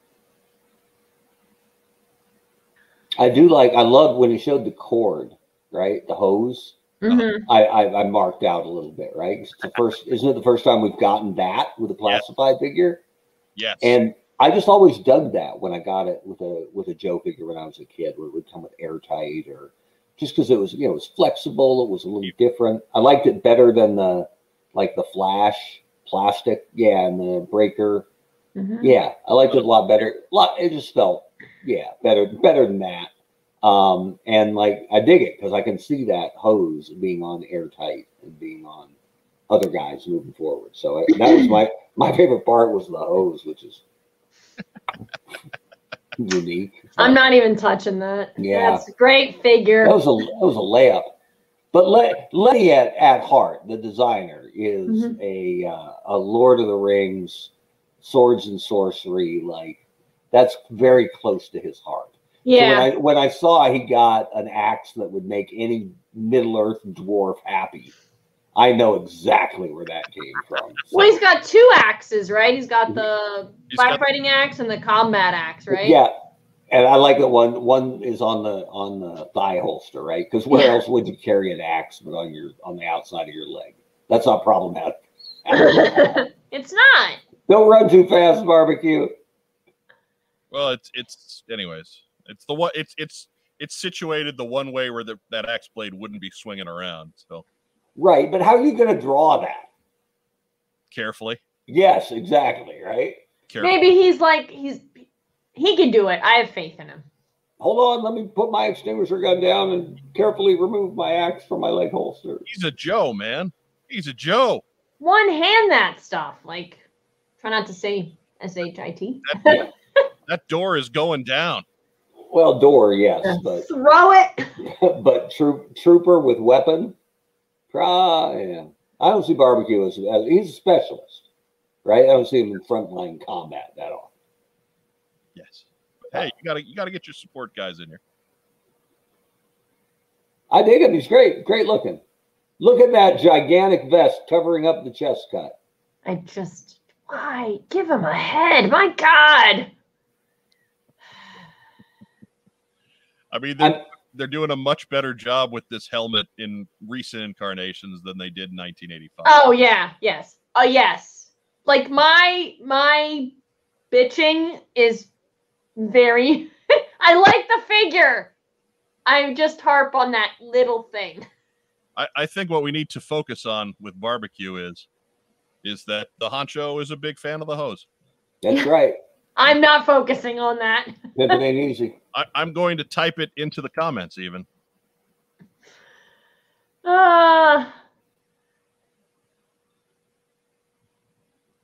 S2: I do like I love when he showed the cord, right? The hose.
S3: Mm-hmm.
S2: I, I I marked out a little bit, right? It's the first isn't it the first time we've gotten that with a classified figure?
S1: Yes.
S2: And I just always dug that when I got it with a with a Joe figure when I was a kid, where it would come with airtight or just because it was you know it was flexible, it was a little different. I liked it better than the like the flash plastic, yeah, and the breaker.
S3: Mm-hmm.
S2: Yeah, I liked it a lot better. Lot, it just felt, yeah, better, better than that. Um, and like I dig it because I can see that hose being on airtight and being on other guys moving forward. So I, that was my my favorite part was the hose, which is unique.
S3: I'm not even touching that.
S2: Yeah.
S3: That's a great figure.
S2: That was a that was a layup. But Le- Letty at, at heart, the designer, is
S3: Mm-hmm.
S2: a uh, a Lord of the Rings, swords and sorcery. Like that's very close to his heart. So
S3: yeah.
S2: when I when I saw he got an axe that would make any Middle Earth dwarf happy, I know exactly where that came from. So,
S3: well, he's got two axes, right? He's got the
S1: He's got-
S3: firefighting axe and the combat axe, right?
S2: Yeah. And I like that one. One is on the on the thigh holster, right? Because where
S3: Yeah.
S2: else would you carry an axe but on your on the outside of your leg? That's not problematic. Don't
S3: it's not.
S2: run too fast, barbecue.
S1: Well, it's it's anyways. It's the one. It's it's it's situated the one way where the, that axe blade wouldn't be swinging around. So
S2: Right, but how are you going to draw that?
S1: carefully,
S2: Yes, exactly. Right.
S1: carefully.
S3: Maybe he's like he's he can do it. I have faith in him.
S2: Hold on. Let me put my extinguisher gun down and carefully remove my axe from my leg holster.
S1: He's a Joe, man. He's a Joe.
S3: One hand that stuff. Like try not to say S H I T.
S1: That door is going down.
S2: Well, door, yes, but
S3: Throw it.
S2: but troop, trooper with weapon. Try. Yeah. I don't see barbecue as, as he's a specialist, right? I don't see him in frontline combat that often.
S1: Yes. Hey, you gotta you gotta get your support guys in here.
S2: I dig him. He's great. Great looking. Look at that gigantic vest covering up the chest cut.
S3: I just why give him a head? My God.
S1: I mean, they're,
S2: I'm-
S1: they're doing a much better job with this helmet in recent incarnations than they did in 1985.
S3: Oh yeah. Yes. Oh yes. Like my my bitching is very. I like the figure. I just harp on that little thing.
S1: I, I think what we need to focus on with barbecue is is that the honcho is a big fan of the hose.
S2: That's right.
S3: I'm not focusing on that.
S2: Never been easy.
S1: I, I'm going to type it into the comments even.
S3: Uh,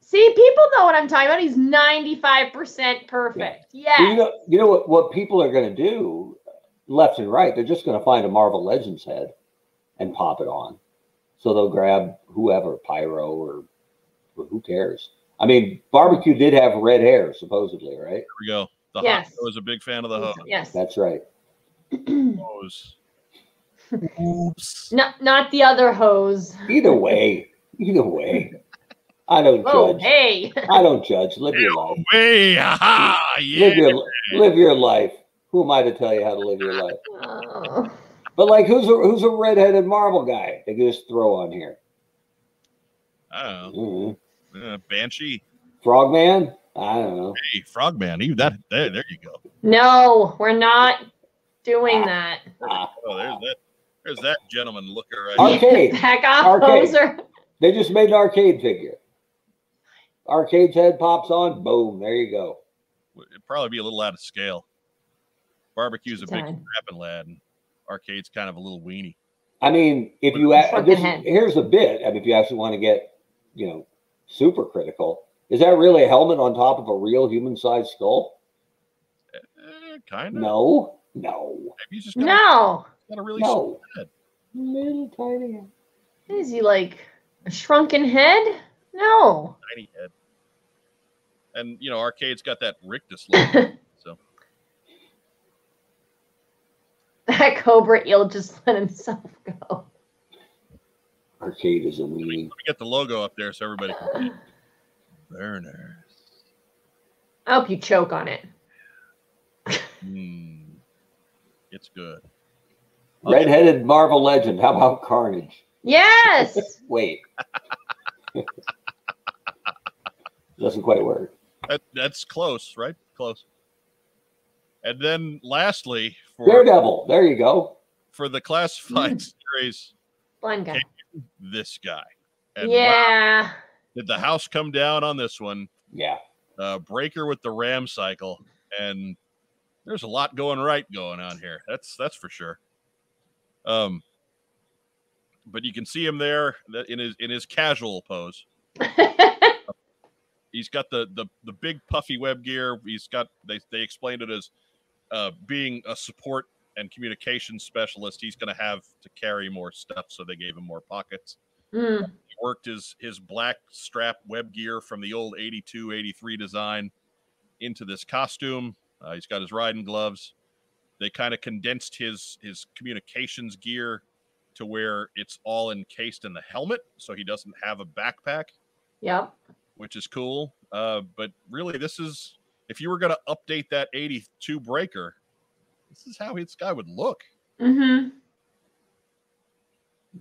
S3: see, people know what I'm talking about. He's 95% perfect. Yeah.
S2: You know, you know what, what people are going to do left and right? They're just going to find a Marvel Legends head and pop it on. So they'll grab whoever, Pyro or, or who cares. I mean, Barbecue did have red hair, supposedly, right?
S1: Here we go. The
S3: Yes.
S1: honcho is a big fan of the hose.
S3: Yes.
S2: That's right.
S1: hose. Oops.
S3: Not, not the other hose.
S2: Either way, either way, I don't
S3: Oh,
S2: judge.
S3: hey.
S2: I don't judge. Live your life.
S1: Way, aha, yeah.
S2: Live your live your life. Who am I to tell you how to live your life?
S3: Oh.
S2: But like, who's a who's a redheaded Marvel guy? They could just throw on here.
S1: I don't
S2: Mhm.
S1: know. Uh, Oh, Banshee.
S2: Frogman. I don't know.
S1: Hey, Frogman. You that there, there you go.
S3: No, we're not doing that.
S2: Ah,
S1: Oh, there's that. There's that gentleman looker right
S2: Arcade.
S3: Back off,
S2: Arcade.
S3: hoser.
S2: they just made an arcade figure. Arcade's head pops on. Boom. There you go.
S1: there. It'd probably be a little out of scale. Barbecue's a big
S3: Done.
S1: strapping lad, and arcade's kind of a little weenie.
S2: I mean, if you
S3: Fucking
S2: act, this,
S3: head.
S2: here's a bit. I mean, if you actually want to get, you know, super critical, is that really a helmet on top of a real human-sized skull?
S1: Eh, kind of.
S2: No, no,
S1: He's just got,
S3: No.
S1: a, got a really
S2: no.
S1: head.
S2: Little tiny. head.
S3: Is he like a shrunken head? No.
S1: tiny head. And you know, arcade's got that rictus look. so
S3: That cobra eel just let himself go.
S2: Arcade is a
S1: let me,
S2: weenie.
S1: let me get the logo up there so everybody can see. it. Burners.
S3: I hope you choke on it.
S1: Hmm. It's good. Okay.
S2: Redheaded Marvel legend. How about Carnage?
S3: Yes.
S2: Wait. Doesn't quite work.
S1: That, that's close, right? Close. And then lastly, for
S2: Daredevil. There you go.
S1: for the classified series,
S3: Blind guy.
S1: this guy. And wow,
S3: Yeah.
S1: did the house come down on this one?
S2: Yeah.
S1: Uh, Breaker with the ram cycle, and there's a lot going right going on here. That's that's for sure. Um, but you can see him there that- in his in his casual pose. he's got the the the big puffy web gear. He's got they they explained it as uh, being a support and communication specialist. He's going to have to carry more stuff, so they gave him more pockets.
S3: Mm,
S1: He worked his his black strap web gear from the old 82 83 design into this costume. Uh, he's got his riding gloves. They kind of condensed his his communications gear to where it's all encased in the helmet, so he doesn't have a backpack
S3: yep.
S1: which is cool. Uh, but really, this is if you were going to update that 82 breaker, this is how this guy would look.
S3: Mm-hmm.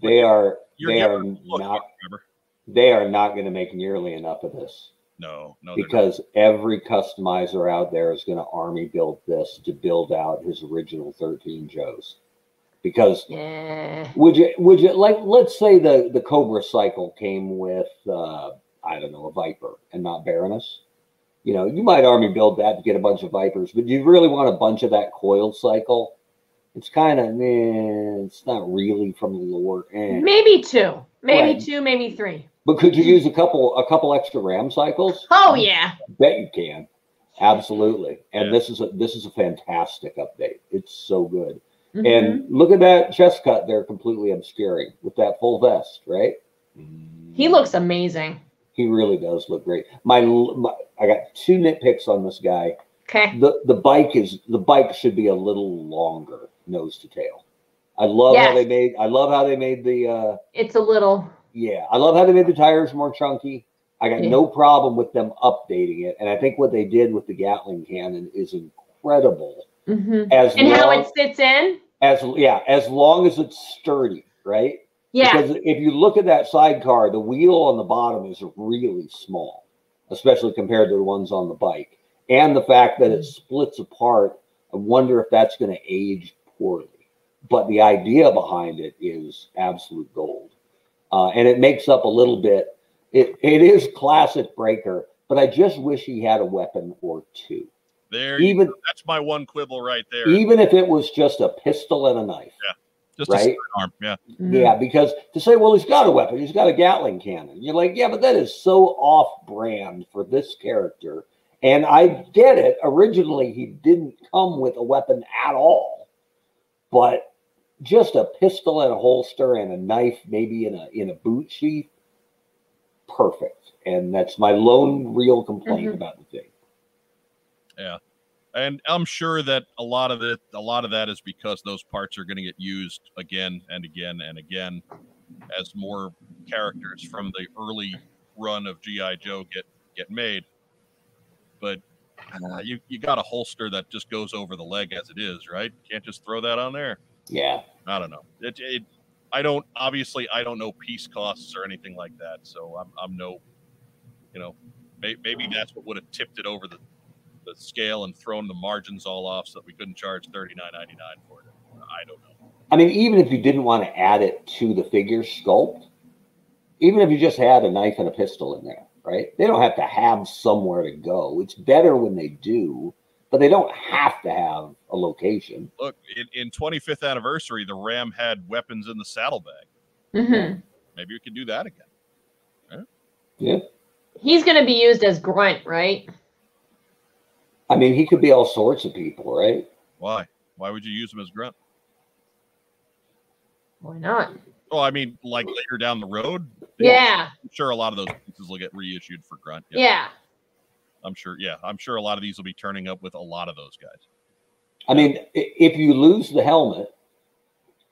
S2: They are
S1: You're
S2: they are
S1: giving him a look,
S2: not
S1: Trevor.
S2: they are not going to make nearly enough of this
S1: No, no, they're not.
S2: because every customizer out there is going to army build this to build out his original 13 Joes. Because
S3: Yeah.
S2: would you would you like let's say the the Cobra cycle came with uh I don't know a Viper and not Baroness. You know, you might army build that to get a bunch of Vipers, but you really want a bunch of that coil cycle. It's kind of eh, it's not really from the lore. eh.
S3: Maybe two. Maybe
S2: Right.
S3: two, maybe three.
S2: But could you use a couple a couple extra RAM cycles?
S3: Oh yeah.
S2: Bet you can. Absolutely. And
S1: Yeah.
S2: this is a this is a fantastic update. It's so good.
S3: Mhm.
S2: And look at that chest cut they're completely obscuring with that full vest, right?
S3: Mm-hmm. he looks amazing.
S2: He really does look great. My, my I got two nitpicks on this guy.
S3: Okay.
S2: The the bike is the bike should be a little longer nose to tail. I love
S3: Yes.
S2: how they made I love how they made the uh
S3: It's a little
S2: yeah, I love how they made the tires more chunky. I got
S3: Yeah.
S2: no problem with them updating it. And I think what they did with the Gatling cannon is incredible.
S3: hmm
S2: As
S3: and how
S2: long,
S3: it sits in.
S2: as yeah, as long as it's sturdy, right?
S3: Yeah.
S2: Because if you look at that sidecar, the wheel on the bottom is really small, especially compared to the ones on the bike. And the fact that it splits apart, I wonder if that's going to age poorly. but the idea behind it is absolute gold. Uh, and it makes up a little bit. It, it is classic Breaker, but I just wish he had a weapon or two.
S1: There, you
S2: Even
S1: go. that's my one quibble right there.
S2: even if it was just a pistol and a knife.
S1: Just a
S2: right?
S1: sidearm. Yeah,
S3: Mm-hmm.
S2: Yeah, because to say, well, he's got a weapon, he's got a Gatling cannon. You're like, yeah, but that is so off brand for this character. And I get it. Originally, he didn't come with a weapon at all, but just a pistol and a holster and a knife, maybe in a in a boot sheath. Perfect. And that's my lone real complaint
S3: Mhm.
S2: about the thing.
S1: and I'm sure that a lot of it, a lot of that is because those parts are going to get used again and again and again as more characters from the early run of GI Joe get get made. But uh, you you got a holster that just goes over the leg as it is, right? Can't just throw that on there.
S2: Yeah.
S1: I don't know. It, it, I don't obviously I don't know piece costs or anything like that, so I'm I'm no, you know, may, maybe that's what would have tipped it over the, the scale and thrown the margins all off so that we couldn't charge thirty nine ninety nine for it. I don't know.
S2: I mean, even if you didn't want to add it to the figure sculpt, even if you just had a knife and a pistol in there, right? They don't have to have somewhere to go. It's better when they do, but they don't have to have a location.
S1: Look, in, in 25th anniversary, the Ram had weapons in the saddlebag.
S3: Mhm.
S1: Maybe we could do that again.
S3: He's going to be used as grunt, right?
S2: I mean, he could be all sorts of people, right?
S1: Why? Why would you use them as grunt?
S3: Why not?
S1: Oh, I mean, like later down the road.
S3: Yeah.
S1: I'm sure a lot of those pieces will get reissued for grunt.
S3: Yeah.
S1: I'm sure. Yeah, I'm sure a lot of these will be turning up with a lot of those guys.
S2: I mean, i- if you lose the helmet,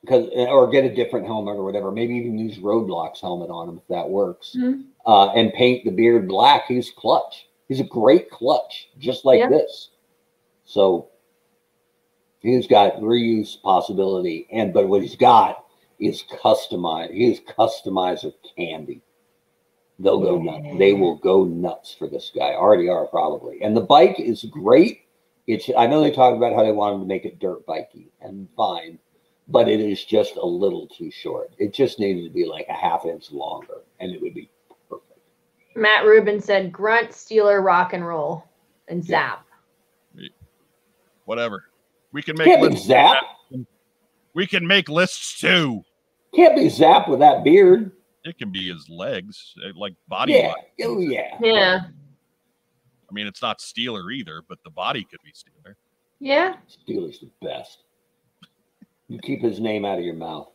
S2: because or get a different helmet or whatever, maybe even use Roadblock's helmet on him if that works,
S3: Mhm.
S2: uh, and paint the beard black. He's clutch. He's a great clutch, just like
S3: Yeah.
S2: this. So he's got reuse possibility, and but what he's got is customized. He is customizer candy. They'll go nuts. They will go nuts for this guy. Already are probably. And the bike is great. It's I know they talked about how they wanted to make it dirt bikey and fine, but it is just a little too short. It just needed to be like a half inch longer, and it would be perfect.
S3: Matt Rubin said grunt, stealer, rock and roll, and zap.
S1: Whatever. We can make
S2: Can't be
S1: lists.
S2: Zap.
S1: We can make lists too.
S2: Can't be Zap with that beard.
S1: It can be his legs, eh, like body.
S2: Yeah.
S1: wise.
S2: Oh yeah.
S3: Yeah.
S1: I mean, it's not Steeler either, but the body could be Steeler.
S3: Yeah.
S2: Steeler's the best. You keep his name out of your mouth.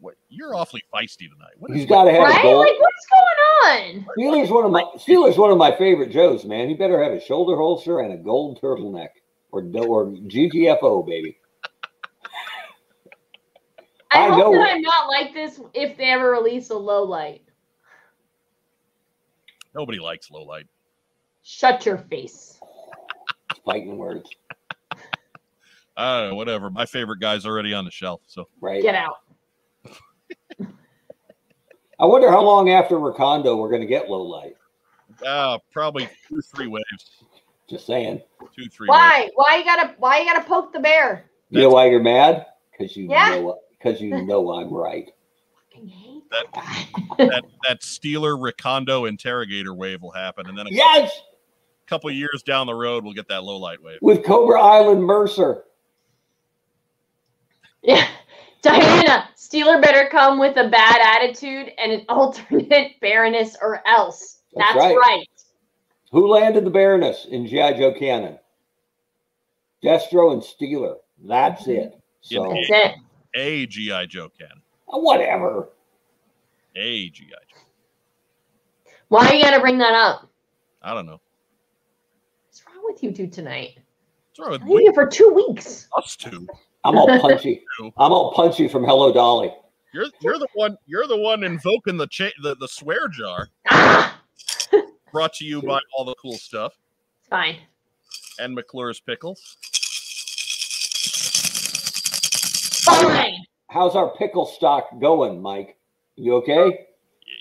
S1: What? You're awfully feisty tonight. What
S2: He's
S1: is
S2: got to have a
S3: Right?
S2: goal.
S3: Like, what's going on?
S2: Steeler's one of my Steeler's one of my favorite Joes, man. He better have a shoulder holster and a gold turtleneck, or or GTFO, baby.
S3: I,
S2: I
S3: hope
S2: know.
S3: that I'm not like this if they ever release a low light.
S1: nobody likes low light.
S3: Shut your face.
S2: Fighting words,
S1: I don't know, Ah, whatever. My favorite guy's already on the shelf. So
S2: right?
S3: Get out.
S2: I wonder how long after Rakondo we're gonna get low light.
S1: uh, probably two, three waves.
S2: Just saying.
S1: Two, three. Waves.
S3: Why? Why you gotta? Why you gotta poke the bear?
S2: You know why you're mad? Because you
S3: Yeah.
S2: know because you know I'm right.
S3: Fucking hate
S1: That-
S3: that guy.
S1: That that Steeler Ricondo interrogator wave will happen, and then a
S2: Yes,
S1: couple years down the road, we'll get that low light wave.
S2: with Cobra Island Mercer.
S3: Yeah. Diana, Steeler better come with a bad attitude and an alternate Baroness or else.
S2: That's
S3: That's,
S2: right.
S3: right.
S2: Who landed the Baroness in GI Joe canon? Destro and Steeler. That's
S3: Mm-hmm.
S2: it. So
S1: Yeah.
S3: That's it.
S1: A GI Joe can.
S2: uh, whatever.
S1: A GI Joe.
S3: Why you gotta bring that up?
S1: I don't know.
S3: What's wrong with you two tonight?
S1: What's wrong with
S3: I've been
S1: we,
S3: here for two weeks.
S1: us two?
S2: I'm all punchy. I'm all punchy from Hello Dolly.
S1: You're you're the one you're the one invoking the cha- the, the swear jar.
S3: Ah,
S1: Brought to you by all the cool stuff
S3: it's fine.
S1: and McClure's pickles.
S3: Fine.
S2: How's our pickle stock going, Mike? You okay?
S1: Y-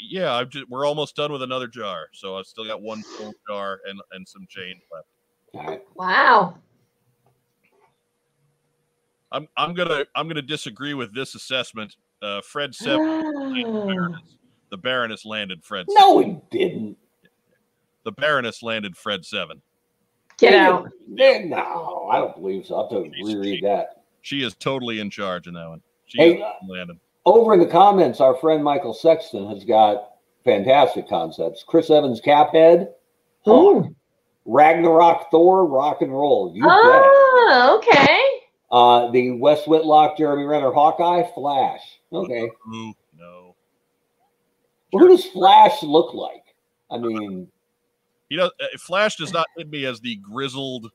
S1: Yeah, I've just, we're almost done with another jar, so I've still got one full jar and and some change left.
S2: All right.
S3: Wow.
S1: I'm I'm gonna I'm gonna disagree with this assessment. Uh, Fred Sepp,
S3: Ah.
S1: landed Baroness. the Baroness landed Fred.
S2: No, he didn't.
S1: Seven. The Baroness landed Fred Seven.
S3: Get out.
S2: They- no, I don't believe so. I'll have to
S1: She's
S2: reread
S1: cheating.
S2: that.
S1: She is totally in charge in that one. She
S2: Hey,
S1: is
S2: uh,
S1: landed.
S2: Over in the comments, our friend Michael Sexton has got fantastic concepts. Chris Evans, Caphead,
S3: Oh.
S2: Ragnarok, Thor, Rock and Roll. You bet.
S3: Oh, okay.
S2: Uh, the Wes Whitlock, Jeremy Renner, Hawkeye, Flash. Okay.
S1: Ooh, no.
S2: Well, who does Flash look like? I mean,
S1: He does. uh, Flash does not hit me as the grizzled,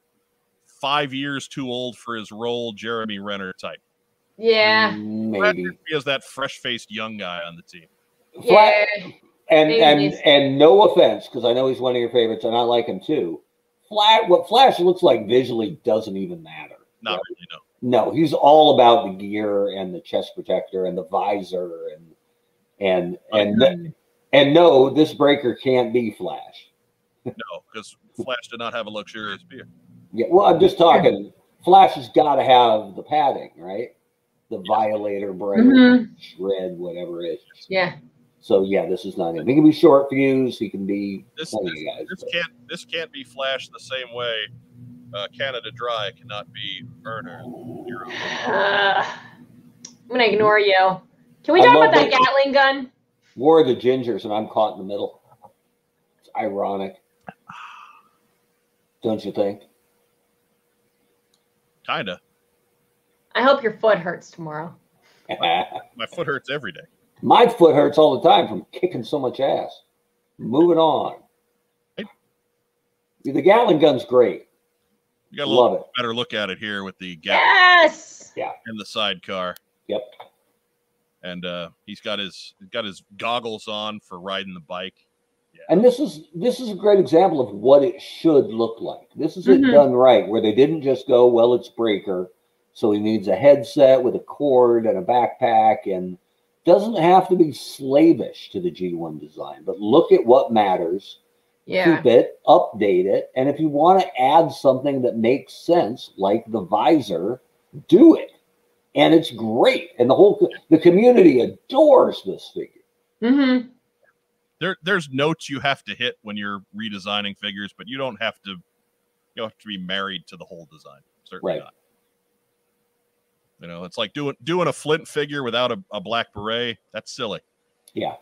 S1: five years too old for his role, Jeremy Renner type. Mm.
S3: Yeah.
S1: Flash
S2: maybe.
S1: hits me as that fresh-faced young guy on the team.
S2: Flash,
S3: Yeah.
S2: and
S3: maybe
S2: and
S3: he's-
S2: and no offense, because I know he's one of your favorites, and I like him too. Flat, what Flash looks like visually doesn't even matter.
S1: Not
S2: Right.
S1: really. No.
S2: No, he's all about the gear and the chest protector and the visor and and and and no, this breaker can't be Flash.
S1: No, because Flash did not have a luxurious beard.
S2: Yeah, well, I'm just talking. Flash has got to have the padding, right? The violator break,
S3: Mhm.
S2: shred, whatever it is.
S3: Yeah.
S2: So yeah, this is not him. He can be short fuse. He can be
S1: This
S2: plenty
S1: this,
S2: of guys.
S1: this
S2: but-
S1: can't this can't be Flash the same way uh, Canada Dry cannot be Burner. Hero.
S3: Uh, I'm gonna ignore you. Can we
S2: I
S3: talk
S2: love
S3: about that
S2: that-
S3: Gatling gun?
S2: War of the Gingers, and I'm caught in the middle. It's ironic, don't you think?
S1: Kinda.
S3: I hope your foot hurts tomorrow.
S1: My foot hurts every day.
S2: My foot hurts all the time from kicking so much ass. Moving on. The Gatling gun's great.
S1: You got a
S2: Love
S1: little
S2: it.
S1: better look at it here with the gap
S3: Yes.
S1: in the sidecar.
S2: Yep.
S1: And uh, he's got his he's got his goggles on for riding the bike.
S2: And this is this is a great example of what it should look like. This is it
S3: Mhm.
S2: done right, where they didn't just go, well, it's breaker, so he needs a headset with a cord and a backpack, and doesn't have to be slavish to the G1 design, but look at what matters,
S3: Yeah.
S2: keep it, update it, and if you want to add something that makes sense, like the visor, do it. And it's great, and the whole co- the community adores this figure.
S3: Mm-hmm.
S1: There there's notes you have to hit when you're redesigning figures, but you don't have to you don't have to be married to the whole design. Certainly
S2: Right.
S1: not. You know, it's like doing doing a Flint figure without a, a black beret. That's silly.
S2: Yeah.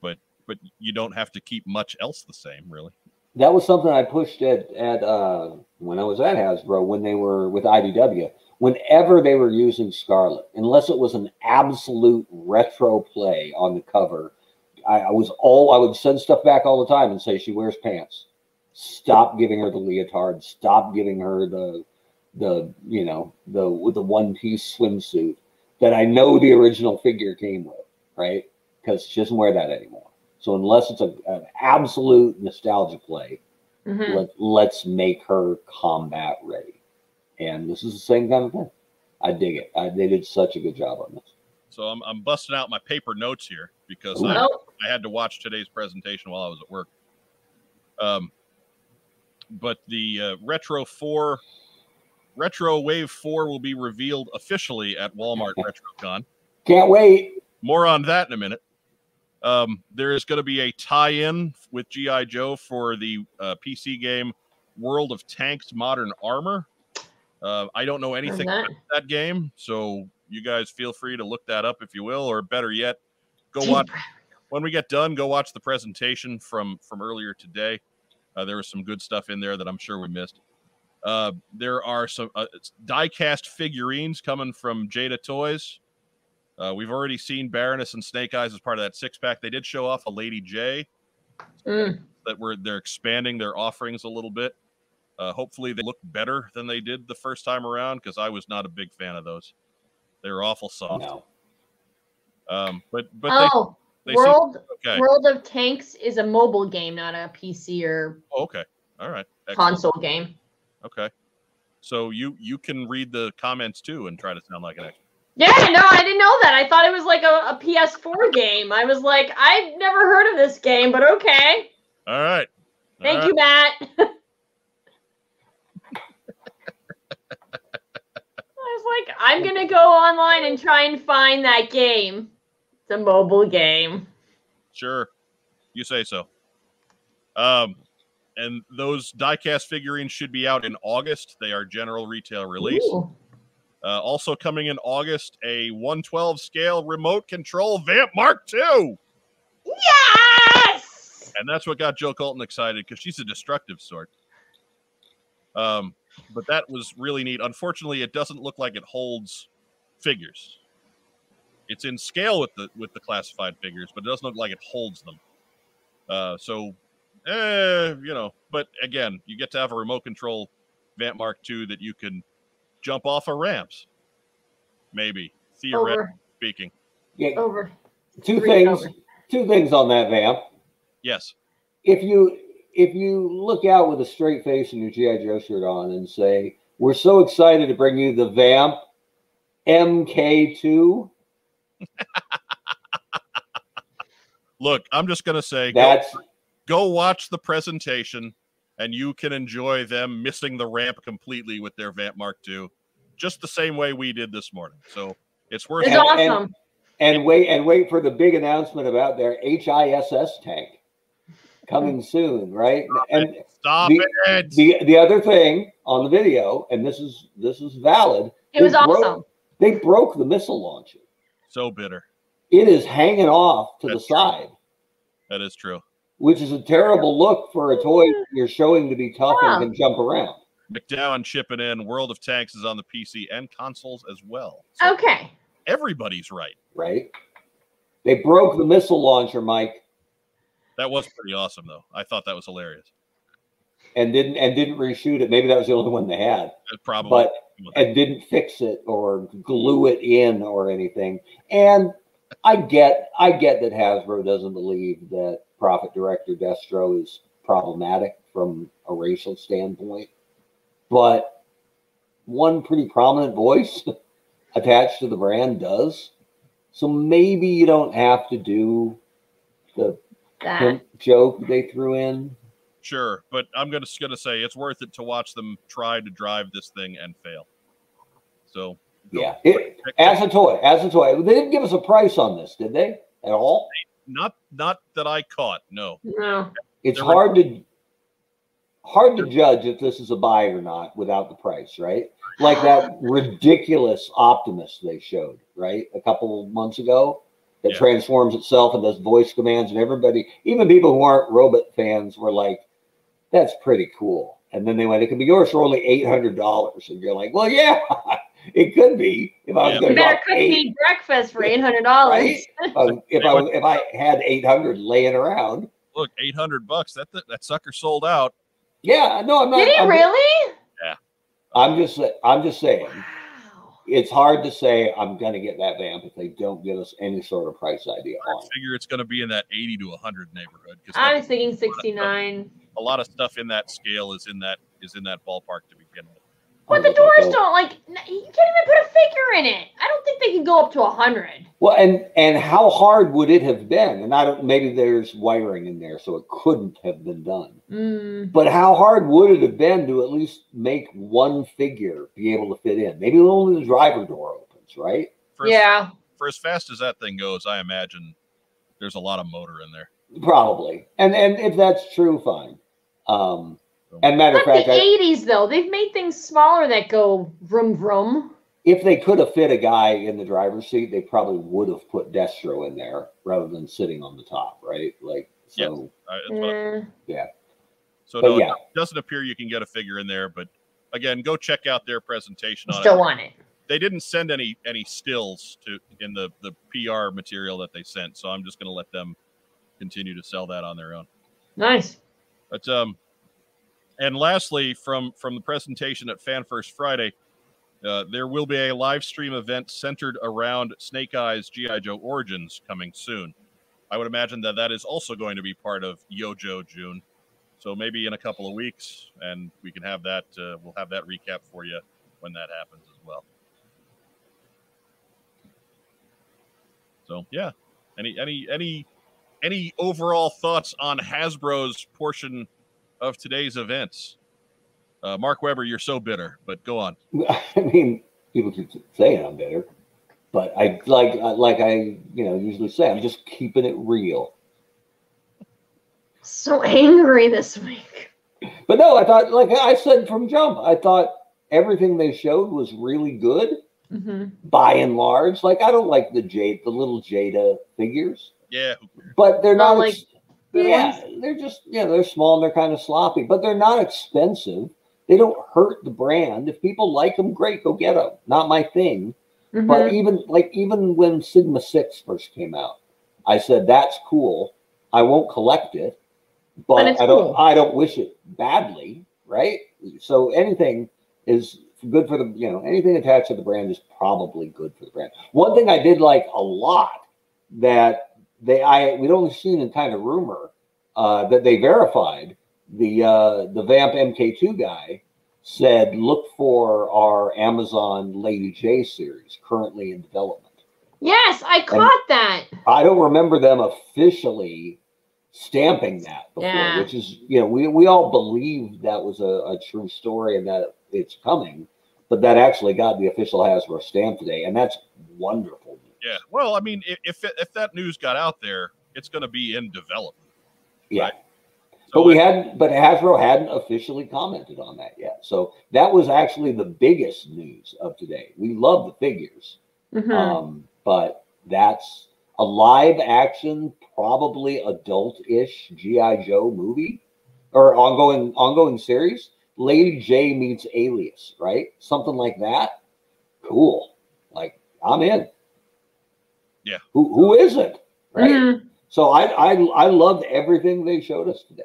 S1: But but you don't have to keep much else the same, really.
S2: that was something I pushed at at uh, when I was at Hasbro when they were with IDW. Whenever they were using Scarlet, unless it was an absolute retro play on the cover, I, I was all I would send stuff back all the time and say she wears pants. Stop giving her the leotard. Stop giving her the the you know the with the one piece swimsuit that I know the original figure came with, right? Because she doesn't wear that anymore. So unless it's a, an absolute nostalgia play,
S3: Mm-hmm.
S2: let, let's make her combat ready. And this is the same kind of thing. I dig it. I, they did such a good job on this.
S1: So I'm I'm busting out my paper notes here because
S2: Ooh.
S1: I,
S3: Oh,
S1: I had to watch today's presentation while I was at work. Um, but the uh, Retro 4, Retro Wave 4 will be revealed officially at Walmart RetroCon.
S2: Can't wait.
S1: More on that in a minute. Um, there is going to be a tie in with G.I. Joe for the uh, PC game World of Tanks Modern Armor. Uh, I don't know anything
S3: that.
S1: about that game, so you guys feel free to look that up if you will, or better yet, go
S3: deep
S1: watch
S3: breath.
S1: when we get done, go watch the presentation from from earlier today. Uh, there was some good stuff in there that I'm sure we missed. Uh, there are some uh, it's die-cast figurines coming from Jada Toys. Uh, we've already seen Baroness and Snake Eyes as part of that six-pack. They did show off a Lady J
S3: Mm.
S1: that were they're expanding their offerings a little bit. Uh, hopefully, they look better than they did the first time around because I was not a big fan of those. They were awful soft.
S2: No.
S1: Um, but but
S3: Oh,
S1: they, they seem
S3: World
S1: okay.
S3: World of Tanks is a mobile game, not a PC or
S1: Oh, okay. All right. Excellent.
S3: console game.
S1: Okay. So you you can read the comments too and try to sound like an expert.
S3: Yeah, no, I didn't know that. I thought it was like a, a PS4 game. I was like, I've never heard of this game, but okay.
S1: All right.
S3: Thank
S1: All
S3: you, Matt. I was like, I'm gonna go online and try and find that game. It's a mobile game.
S1: Sure, you say so. Um, and those diecast figurines should be out in August. They are general retail release.
S3: Ooh.
S1: Uh, also coming in August, a 112 scale remote control Vamp Mark II,
S3: Yes.
S1: and that's what got Jill Colton excited because she's a destructive sort. Um, but that was really neat. Unfortunately, it doesn't look like it holds figures. It's in scale with the with the classified figures, but it doesn't look like it holds them. Uh, so, eh, you know. But again, you get to have a remote control Vamp Mark II that you can jump off of ramps. Maybe theoretically
S3: Over.
S1: speaking,
S2: Yeah,
S3: Over.
S2: two
S3: Read it
S2: things.
S3: over.
S2: Two things on that vamp.
S1: yes.
S2: If you if you look out with a straight face and your GI Joe shirt on and say, "We're so excited to bring you the vamp MK2,"
S1: Look, I'm just gonna say go-
S2: that's
S1: go watch the presentation and you can enjoy them missing the ramp completely with their Vamp Mark II, just the same way we did this morning. So it's worth
S3: It's
S1: it.
S2: And- all-
S3: awesome.
S2: and wait and wait for the big announcement about their HISS tank coming soon, right? And
S1: Stop
S2: the-
S1: it.
S2: the the other thing on the video, and this is this is valid.
S3: it was
S2: they broke-
S3: awesome.
S2: They broke the missile launcher.
S1: so bitter.
S2: It is hanging off to
S1: That's
S2: the
S1: true.
S2: side,
S1: That is true.
S2: which is a terrible look for a toy you're showing to be tough
S3: Yeah.
S2: and can jump around.
S1: McDowell chipping in. World of Tanks is on the PC and consoles as well. So
S3: Okay.
S1: everybody's right.
S2: right? They broke the missile launcher, Mike,
S1: That was pretty awesome, though. I thought that was hilarious.
S2: and didn't and didn't reshoot it. Maybe that was the only one they had,
S1: It probably.
S2: but and didn't fix it or glue it in or anything. And I get I get that Hasbro doesn't believe that Profit Director Destro is problematic from a racial standpoint, but one pretty prominent voice attached to the brand does. So maybe you don't have to do the
S3: That.
S2: pimp joke they threw in.
S1: Sure, but I'm gonna, just going to say it's worth it to watch them try to drive this thing and fail. So, go
S2: Yeah. It,
S1: check-
S2: as a toy, as a toy. They didn't give us a price on this, did they? At all?
S1: not not that I caught. No,
S3: No.
S2: It's
S1: There were-
S2: hard to hard to judge if this is a buy or not without the price, right? Like that ridiculous optimist they showed, right? A couple of months ago that
S1: Yeah.
S2: transforms itself and does voice commands and everybody, even people who aren't robot fans were like, that's pretty cool. And then they went, it could be yours for only eight hundred dollars. And you're like, well, yeah, it could be if I was
S1: Yeah.
S3: You
S2: gonna
S3: better
S2: drop
S3: cook
S2: eight
S3: me breakfast for eight hundred dollars.
S2: right? Um, if I if I had eight hundred laying around,
S1: look, eight hundred bucks. That, that that sucker sold out.
S2: yeah, no, I'm not.
S3: Did he
S2: I'm,
S3: really?
S2: I'm just sa- I'm just saying
S3: Wow.
S2: it's hard to say I'm gonna get that vamp if they don't give us any sort of price idea
S1: I
S2: on it.
S1: figure it's going to be in that eighty to hundred neighborhood
S3: I
S1: because
S3: was thinking sixty-nine.
S1: a lot of stuff in that scale is in that is in that ballpark to begin with.
S3: But the doors don't like n- you can't even put a figure in it. I don't think they can go up to hundred.
S2: Well, and and how hard would it have been? And I don't. Maybe there's wiring in there, so it couldn't have been done.
S3: Mm.
S2: But how hard would it have been to at least make one figure be able to fit in? Maybe only the driver door opens, right?
S1: For as-
S3: Yeah.
S1: for as fast as that thing goes, I imagine there's a lot of motor in there.
S2: Probably. And and if that's true, fine. Um and matter of fact,
S3: Like the
S2: I,
S3: eighties though, they've made things smaller that go vroom vroom.
S2: if they could have fit a guy in the driver's seat, they probably would have put Destro in there rather than sitting on the top, right? Like so
S1: I- that's what I-
S3: Yeah.
S1: so
S2: but
S1: no,
S2: yeah.
S1: it doesn't appear you can get a figure in there. But again, go check out their presentation on it.
S3: Still want it.
S1: They didn't send any any stills to in the the PR material that they sent, so I'm just going to let them continue to sell that on their own.
S3: Nice.
S1: But um, and lastly, from from the presentation at Fan First Friday, uh, there will be a live stream event centered around Snake Eyes GI Joe Origins coming soon. I would imagine that that is also going to be part of Yojo June. So maybe in a couple of weeks, and we can have that. Uh, we'll have that recap for you when that happens as well. So yeah, any any any any overall thoughts on Hasbro's portion of today's events? Uh, Mark Weber, you're so bitter, but go on.
S2: I mean people keep saying I'm bitter, but I like like I you know usually say I'm just keeping it real.
S3: So angry this week.
S2: But no, I thought like I said from jump, I thought everything they showed was really good
S3: hmm
S2: by and large. Like I don't like the Jade, the little Jada figures,
S1: Yeah.
S2: but they're
S3: Not
S2: not
S3: like
S2: ex-
S3: good
S2: yeah, they're just yeah, they're small and they're kind of sloppy, but they're not expensive. They don't hurt the brand. If people like them, great, go get them. Not my thing.
S3: Mhm.
S2: But even like even when Sigma Six first came out, I said that's cool. I won't collect it, but,
S3: But it's
S2: I don't
S3: cool.
S2: I don't wish it badly, right? So anything is good for the you know anything attached to the brand is probably good for the brand. One thing I did like a lot that they I we'd only seen in kind of rumor uh, that they verified the uh, the Vamp MK2 guy said look for our Amazon Lady J series currently in development.
S3: Yes, I caught that.
S2: I don't remember them officially stamping that before,
S3: Yeah.
S2: which is you know we we all believed that was a, a true story and that it's coming, but that actually got the official Hasbro stamp today, and that's wonderful.
S1: Yeah. Well, I mean, i- if it- if that news got out there, it's going to be in development.
S2: Yeah.
S1: Right.
S2: But we
S1: I-
S2: hadn't, but Hasbro hadn't officially commented on that yet. So that was actually the biggest news of today. We love the figures,
S3: Mhm.
S2: um, but that's a live action, probably adult-ish GI Joe movie or ongoing ongoing series. Lady J meets Alias, right? Something like that. Cool. Like I'm in.
S1: Yeah.
S2: Who who is it? Right.
S3: Mhm.
S2: So I, I I loved everything they showed us today,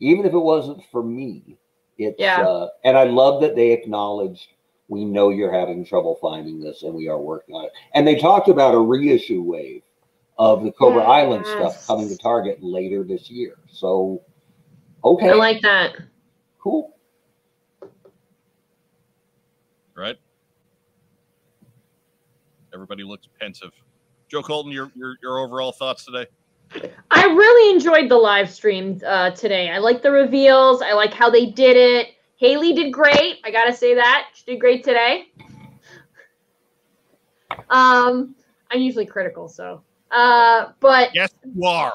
S2: even if it wasn't for me. It's
S3: Yeah.
S2: uh, and I love that they acknowledged we know you're having trouble finding this and we are working on it. And they talked about a reissue wave of the Cobra Island stuff
S3: Mm, Yes.
S2: coming to Target later this year. So okay,
S3: I like that.
S2: cool.
S1: right? Everybody looks pensive. Joe Colton, your your, your overall thoughts today?
S3: I really enjoyed the live stream uh, today. I like the reveals. I like how they did it. Haley did great. I gotta say that she did great today. Um, I'm usually critical, so uh, but
S1: Yes, you are.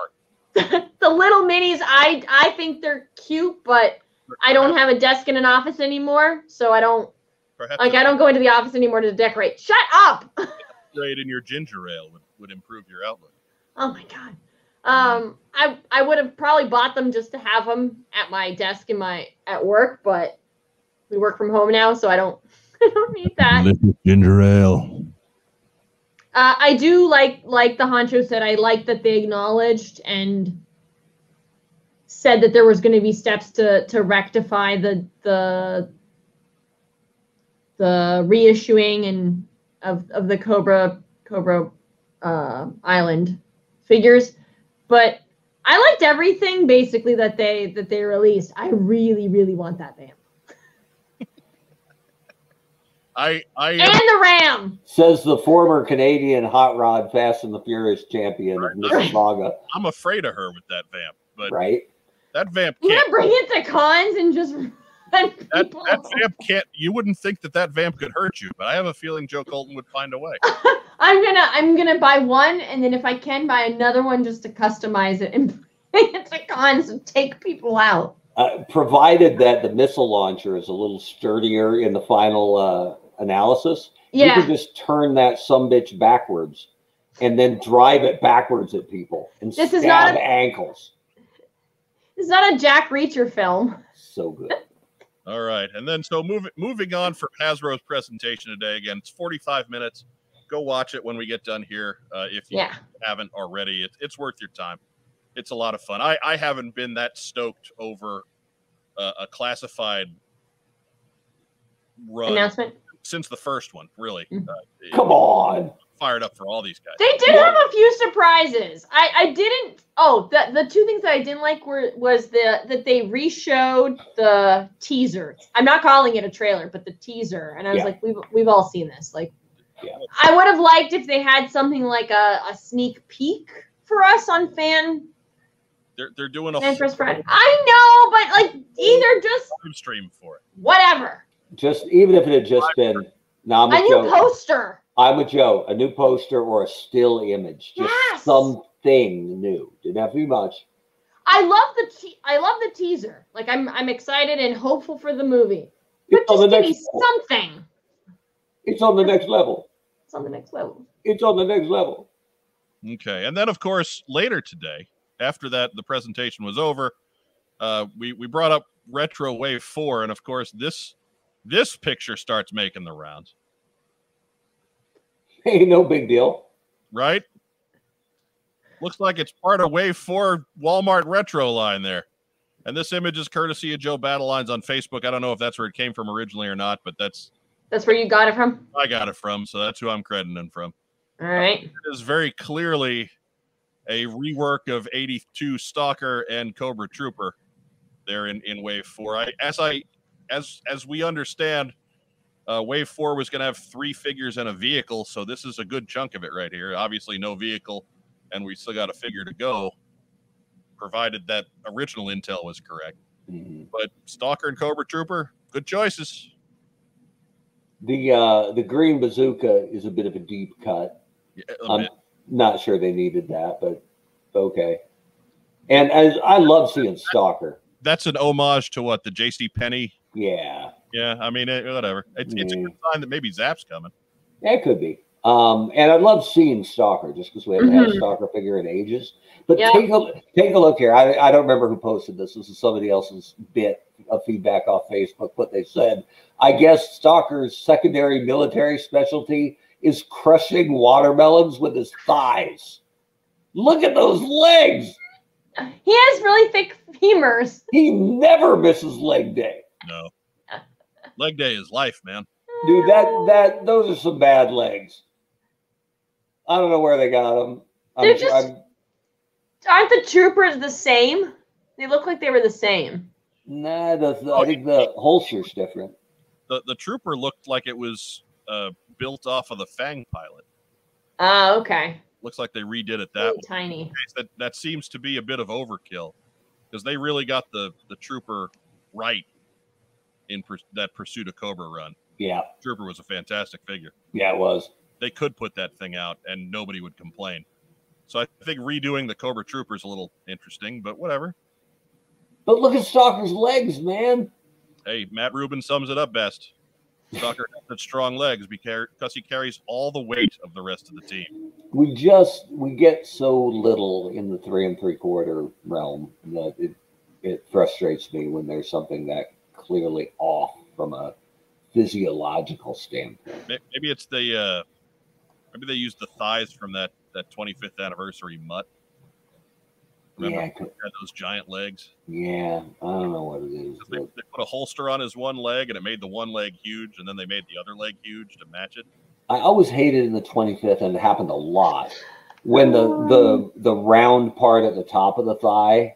S3: the little minis, I I think they're cute, but I don't have a desk in an office anymore, so I don't
S1: Perhaps
S3: like I don't go into the office anymore to decorate. Shut up.
S1: upgrade in your ginger ale would, would improve your outlook.
S3: Oh my god. Um, I I would have probably bought them just to have them at my desk in my at work, but we work from home now, so I don't I don't need that.
S1: Ginger ale.
S3: Uh, I do like like the honcho said. I like that they acknowledged and said that there was going to be steps to to rectify the the the reissuing and of of the Cobra Cobra uh, Island figures, but I liked everything basically that they that they released. I really really want that vamp
S1: I I
S3: and the ram.
S2: Says the former Canadian hot rod Fast and the Furious champion of
S1: Right.
S2: Mississauga,
S1: I'm afraid of her with that vamp, but
S2: right?
S1: that vamp
S3: You
S1: can't.
S3: gonna bring it to cons and just run
S1: That,
S3: people
S1: that
S3: over?
S1: vamp can't. You wouldn't think that that vamp could hurt you, but I have a feeling Joe Colton would find a way.
S3: I'm gonna I'm gonna buy one and then if I can buy another one just to customize it and bring it to cons and take people out.
S2: Uh, provided that the missile launcher is a little sturdier in the final uh, analysis, you
S3: Yeah.
S2: can just turn that some bitch backwards and then drive it backwards at people and
S3: This
S2: stab
S3: is not a-
S2: ankles.
S3: It's not a Jack Reacher film.
S2: So good.
S1: All right, and then so moving moving on from Hasbro's presentation today. Again, it's 45 minutes. Go watch it when we get done here. Uh, if you
S3: Yeah.
S1: haven't already, it, it's worth your time. It's a lot of fun. I, I haven't been that stoked over uh, a classified run
S3: Announcement.
S1: since the first one. Really,
S3: Mhm.
S1: uh,
S2: Come on.
S1: fired up for all these guys.
S3: They did have a few surprises. I I didn't oh the the two things that I didn't like were was the that they reshowed the teaser. I'm not calling it a trailer, but the teaser. And I was
S2: Yeah.
S3: like, we've we've all seen this. Like
S2: Yeah.
S3: I would have liked if they had something like a, a sneak peek for us on fan
S1: They're they're doing a
S3: Man's
S1: full
S3: best friend. I know, but like either just
S1: stream for it.
S3: whatever.
S2: Just even if it had just been No, I'm a
S3: A new
S2: Joe.
S3: poster.
S2: I'm a Joe. A new poster or a still image. Just
S3: Yes.
S2: something new. Didn't have to be much.
S3: I love the te- I love the teaser. Like I'm I'm excited and hopeful for the movie. But
S2: It's on the
S3: just give me
S2: next level.
S3: something.
S2: It's on the next level.
S3: It's on the next level.
S2: It's on the next level.
S1: Okay. And then, of course, later today, after that, the presentation was over. Uh, we we brought up Retro Wave Four, and of course, this this picture starts making the rounds,
S2: Hey, no big deal.
S1: right? Looks like it's part of Wave Four Walmart Retro line there. And this image is courtesy of Joe Battlelines on Facebook. I don't know if that's where it came from originally or not, but that's
S3: That's where you got it from.
S1: I got it from, so that's who I'm crediting from.
S3: All right.
S1: It is very clearly a rework of 82 Stalker and Cobra Trooper there in, in wave four. I as I as as we understand, uh, wave four was gonna have three figures and a vehicle, so this is a good chunk of it right here. Obviously, no vehicle, and we still got a figure to go, provided that original intel was correct.
S2: Mm-hmm.
S1: But Stalker and Cobra Trooper, good choices.
S2: The uh, the green bazooka is a bit of a deep cut.
S1: Yeah, a
S2: I'm
S1: bit.
S2: not sure they needed that, but okay. And as I love seeing Stalker.
S1: That's an homage to what the J.C. Penny.
S2: Yeah,
S1: Yeah, I mean, it, whatever. It's, it's a good sign that maybe Zap's coming.
S2: that could be. Um, and I love seeing Stalker just because we haven't had a
S3: Mhm.
S2: Stalker figure in ages. But
S3: Yeah.
S2: take a take a look here. I, I don't remember who posted this. This is somebody else's bit of feedback off Facebook. What they said, I guess Stalker's secondary military specialty is crushing watermelons with his thighs. Look at those legs.
S3: He has really thick femurs.
S2: He never misses leg day.
S1: No. Leg day is life, man.
S2: Dude, that that those are some bad legs. I don't know where they got them.
S3: They're just- Uh, aren't the troopers the same? They look like they were the same.
S2: nah, the, the-
S1: Oh,
S2: I think the holster's different.
S1: The the trooper looked like it was uh, built off of the Fang pilot.
S3: Oh, okay.
S1: Looks like they redid it that
S3: Really
S1: way.
S3: tiny.
S1: That that seems to be a bit of overkill because they really got the the trooper right in pur- that pursuit of Cobra run.
S2: Yeah,
S1: Trooper was a fantastic figure.
S2: yeah, it was.
S1: They could put that thing out and nobody would complain. So I think redoing the Cobra Trooper is a little interesting, but whatever.
S2: But look at Stalker's legs, man.
S1: Hey, Matt Rubin sums it up best. Stalker has such strong legs because he carries all the weight of the rest of the team.
S2: We just we get so little in the three and three quarter realm that it it frustrates me when there's something that clearly off from a physiological standpoint.
S1: May- Maybe it's the uh, maybe they used the thighs from that that 25th anniversary mutt. Remember,
S2: Yeah, I
S1: he
S2: could-
S1: had those giant legs.
S2: yeah, I don't know what it is.
S1: They,
S2: But
S1: they put a holster on his one leg, and it made the one leg huge, and then they made the other leg huge to match it.
S2: I always hated in the 25th, and it happened a lot when the the the round part at the top of the thigh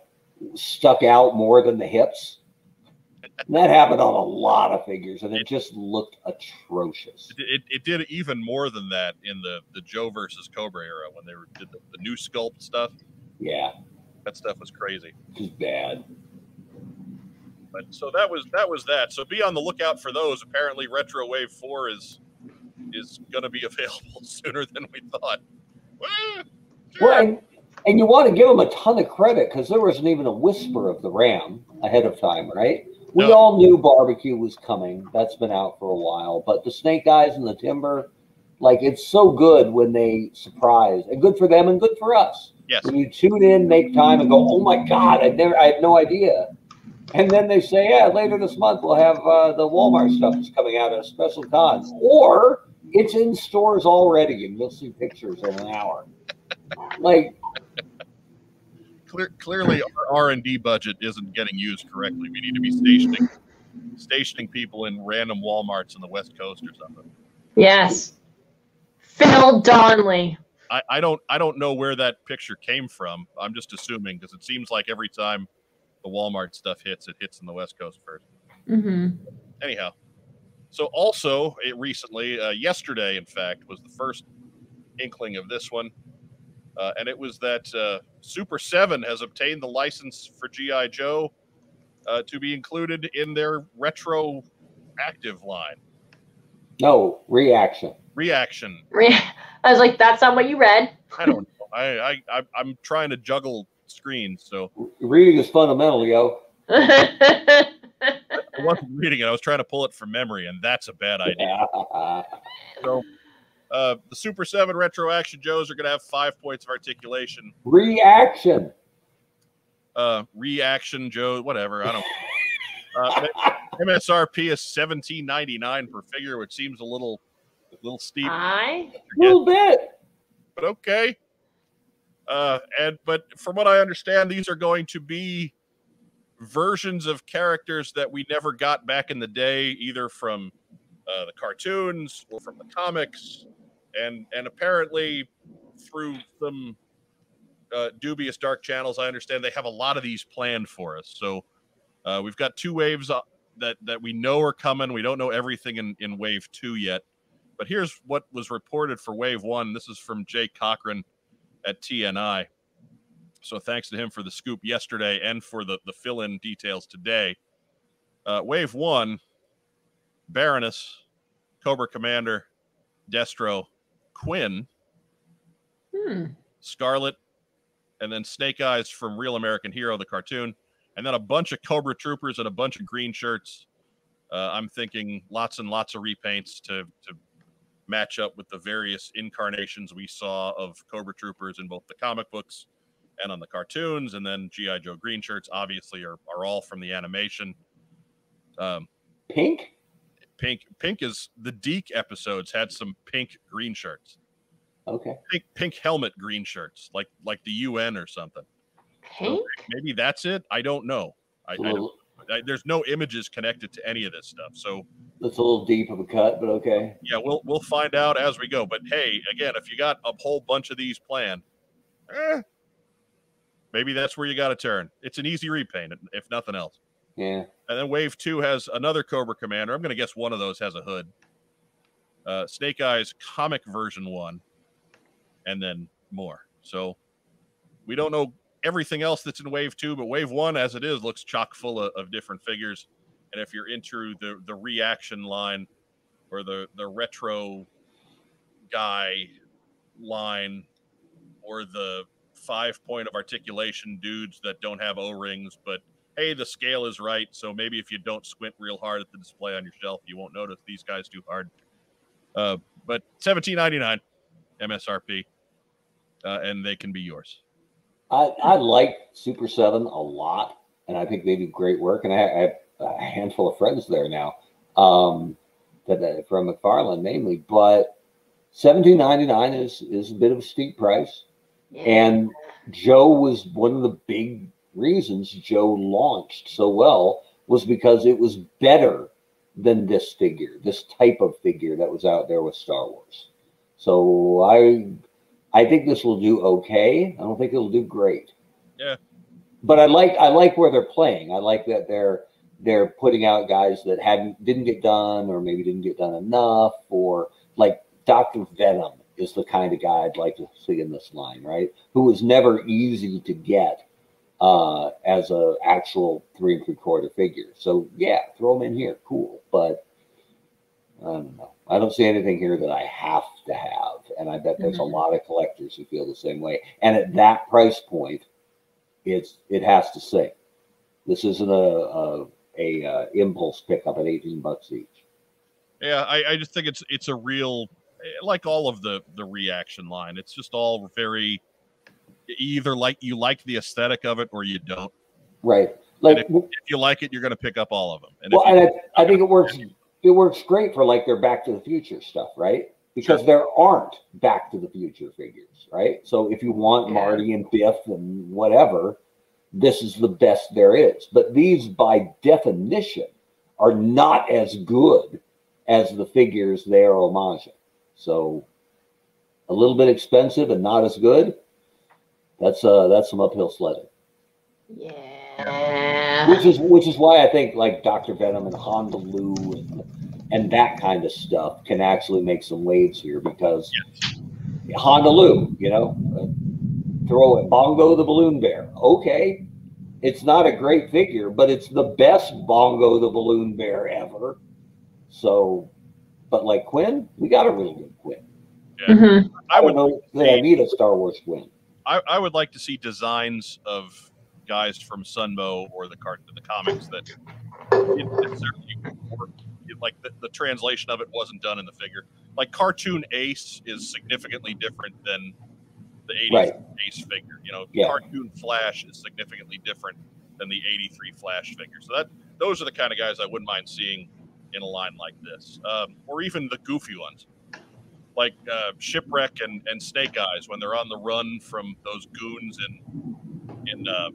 S2: stuck out more than the hips. And that happened on a lot of figures, and it just looked atrocious.
S1: It, it, it did even more than that in the the Joe versus Cobra era when they were, did the, the new sculpt stuff.
S2: Yeah,
S1: That stuff was crazy.
S2: just bad.
S1: But so that was that was that. So be on the lookout for those. Apparently, Retro Wave Four is is going to be available sooner than we thought. Woo!
S2: Well, and, and you want to give them a ton of credit because there wasn't even a whisper of the Ram ahead of time, right? We
S1: No.
S2: all knew barbecue was coming. That's been out for a while, but the Snake Eyes and the Timber, like it's so good when they surprise, and good for them and good for us.
S1: Yes,
S2: When you tune in, make time, and go, oh my god, I never, I had no idea. And then they say, yeah, later this month we'll have uh, the Walmart stuff is coming out at a special con, or it's in stores already, and you'll see pictures in an hour. Like
S1: clear, clearly our R and D budget isn't getting used correctly. We need to be stationing stationing people in random WalMarts on the West Coast or something.
S3: Yes. Phil Donnelly.
S1: I, I don't I don't know where that picture came from. I'm just assuming because it seems like every time the Walmart stuff hits, it hits in the West Coast first.
S3: hmm
S1: anyhow so also it recently uh, yesterday in fact was the first inkling of this one uh, and it was that uh, super 7 has obtained the license for gi joe uh, to be included in their retro active line
S2: No, reaction.
S1: Reaction.
S3: Re- I was like, that's not what you read.
S1: I don't know. I, I, I I'm trying to juggle screens, so
S2: Reading is fundamental, yo.
S1: I wasn't reading it. I was trying to pull it from memory, and that's a bad idea. Uh, the Super Seven Retro Action Joes are going to have five points of articulation.
S2: reaction.
S1: Uh, reaction Joe, whatever. I don't. Uh, MSRP is seventeen ninety nine per figure, which seems a little, little steep.
S3: I
S2: A little bit.
S1: but okay. Uh, and but from what I understand, these are going to be versions of characters that we never got back in the day, either from uh, the cartoons or from the comics, and and apparently through some uh, dubious dark channels, I understand they have a lot of these planned for us. So uh, we've got two waves uh, that that we know are coming. We don't know everything in in wave two yet. But here's what was reported for Wave One. This is from Jay Cochran at TNI. So thanks to him for the scoop yesterday and for the, the fill in details today. Uh, wave One Baroness, Cobra Commander, Destro, Quinn,
S3: hmm.
S1: Scarlet, and then Snake Eyes from Real American Hero, the cartoon, and then a bunch of Cobra Troopers and a bunch of green shirts. Uh, I'm thinking lots and lots of repaints to to match up with the various incarnations we saw of Cobra Troopers in both the comic books and on the cartoons, and then GI Joe green shirts obviously are are all from the animation. Um,
S2: Pink?
S1: pink pink is the Deke episodes had some pink green shirts,
S2: Okay.
S1: pink pink helmet green shirts like like the UN or something.
S3: pink.
S1: maybe that's it. I don't know. I, I,
S2: It's a,
S1: don't,
S2: little,
S1: I there's no images connected to any of this stuff. So
S2: that's a little deep of a cut, but okay.
S1: yeah, we'll we'll find out as we go. But hey, again, if you got a whole bunch of these planned, eh, maybe that's where you got to turn. It's an easy repaint, if nothing else.
S2: Yeah.
S1: And then Wave Two has another Cobra Commander. I'm going to guess one of those has a hood. Uh, Snake Eyes comic version one, and then more. So we don't know everything else that's in Wave Two, but Wave One, as it is, looks chock full of, of different figures. And if you're into the the reaction line or the the retro guy line or the five point of articulation dudes that don't have O rings but hey, the scale is right. So maybe if you don't squint real hard at the display on your shelf, you won't notice these guys too hard. Uh, but seventeen ninety nine MSRP, uh, and they can be yours.
S2: I, I like Super 7 a lot, and I think they do great work. And I, I have a handful of friends there now um, that, that from McFarland mainly, but seventeen ninety nine is, is a bit of a steep price.
S3: Yeah.
S2: And Joe was one of the big reasons Joe launched so well was because it was better than this figure, this type of figure that was out there with Star Wars. So I I think this will do okay. I don't think it'll do great.
S1: Yeah.
S2: But I like I like where they're playing. I like that they're they're putting out guys that hadn't didn't get done or maybe didn't get done enough or like Dr. Venom is the kind of guy I'd like to see in this line, right? Who was never easy to get uh, as a actual three and three quarter figure. So yeah, throw him in here, cool. But I don't know. I don't see anything here that I have to have, and I bet there's
S3: Mhm.
S2: a lot of collectors who feel the same way. And at that price point, it's it has to sing. This isn't a a, a uh, impulse pickup at eighteen bucks each.
S1: Yeah, I, I just think it's it's a real like all of the the reaction line. It's just all very you either like you like the aesthetic of it or you don't.
S2: Right. Like
S1: If you like it, you're going to pick up all of them. And
S2: well,
S1: if you,
S2: and I, I think it works. It works great for like their Back to the Future stuff, right? Because there aren't Back to the Future figures, right? So if you want
S3: Yeah.
S2: Marty and Biff and whatever, this is the best there is. But these, by definition, are not as good as the figures they are homaging. So a little bit expensive and not as good. That's uh that's some uphill sledding which
S3: yeah.
S2: is which is why I think like Doctor Venom and Honolulu and and that kind of stuff can actually make some waves here because Honolulu, you know, uh, throw it Bongo the Balloon Bear. Okay, it's not a great figure, but it's the best Bongo the Balloon Bear ever. So But like Quinn, we got a really good Quinn.
S1: Yeah.
S3: Mhm.
S2: I,
S1: I would
S2: don't know that I need a Star Wars Quinn.
S1: I, I would like to see designs of guys from Sunmo or the cart the comics that didn't necessarily work. Like the, the translation of it wasn't done in the figure. Like cartoon Ace is significantly different than the 80s
S2: Right.
S1: Ace figure. You know,
S2: Yeah.
S1: cartoon Flash is significantly different than the 83 Flash figure. So that those are the kind of guys I wouldn't mind seeing in a line like this, um, or even the goofy ones, like uh, Shipwreck and, and Snake Eyes when they're on the run from those goons in in uh,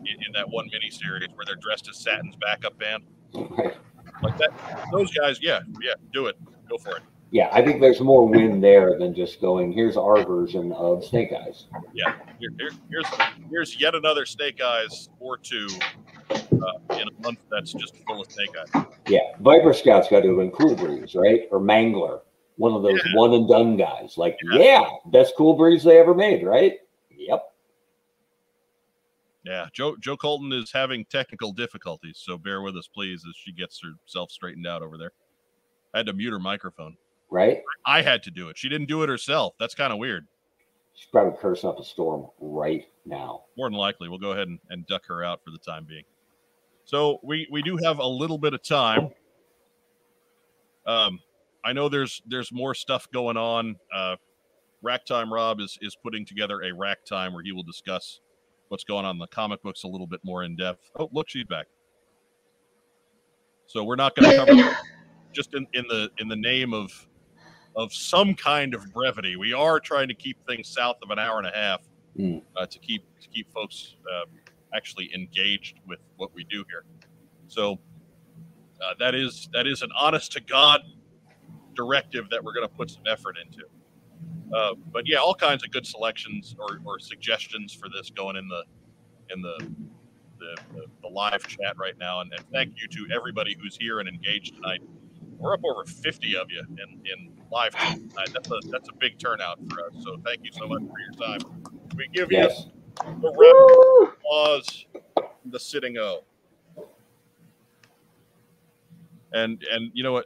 S1: in, in that one miniseries where they're dressed as Satin's backup band,
S2: Right.
S1: like that. Those guys, yeah, yeah, do it, go for it.
S2: Yeah, I think there's more win there than just going. Here's our version of Snake Eyes.
S1: Here, here, here's here's yet another Snake Eyes or two uh, in a month that's just full of Snake Eyes.
S2: Yeah, Viper Scout's got to include Breeze, right? Or Mangler, one of those one and done guys. Like,
S1: Yeah.
S2: yeah. best cool breeze they ever made, right? Yep.
S1: Yeah, Joe Joe Colton is having technical difficulties, so bear with us, please, as she gets herself straightened out over there. I had to mute her microphone.
S2: Right.
S1: I had to do it. She didn't do it herself. That's kind of weird.
S2: She's probably cursing up a storm right now.
S1: More than likely, we'll go ahead and, and duck her out for the time being. So we we do have a little bit of time. Um, I know there's there's more stuff going on. Uh, Rack Time Rob is is putting together a Rack Time where he will discuss what's going on in the comic books a little bit more in depth. Oh, look, she's back. So we're not going to cover just in, in the in the name of of some kind of brevity. We are trying to keep things south of an hour and a half
S2: Hmm.
S1: uh, to keep to keep folks um, actually engaged with what we do here. So uh, that is that is an honest to god directive that we're going to put some effort into. Uh, but yeah, all kinds of good selections or, or suggestions for this going in the in the the, the, the live chat right now. And, and thank you to everybody who's here and engaged tonight. We're up over 50 of you in, in live chat tonight. That's a, that's a big turnout for us. So thank you so much for your time. We give
S2: Yes.
S1: you the round
S3: Woo!
S1: of applause, from the sitting O. And and you know what?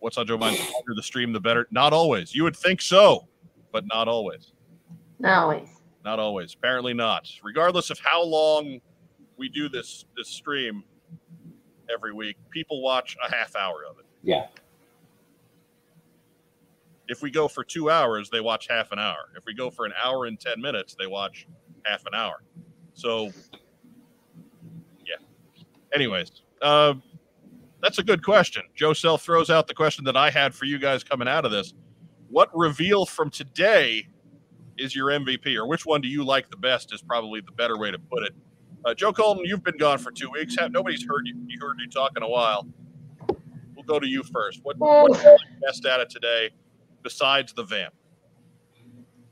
S1: What's on your mind? The longer the stream, the better. Not always. You would think so, but not always.
S3: Always.
S1: Not always. Apparently not. Regardless of how long we do this this stream every week, people watch a half hour of it.
S2: Yeah.
S1: If we go for two hours, they watch half an hour. If we go for an hour and ten minutes, they watch half an hour. So, yeah. Anyways, uh, that's a good question. Joe Self throws out the question that I had for you guys coming out of this: What reveal from today is your MVP, or which one do you like the best? Is probably the better way to put it. Uh, Joe Colton, you've been gone for two weeks. Have, nobody's heard you. You heard you talk in a while. We'll go to you first. What, what do you like best out of today, besides the vamp?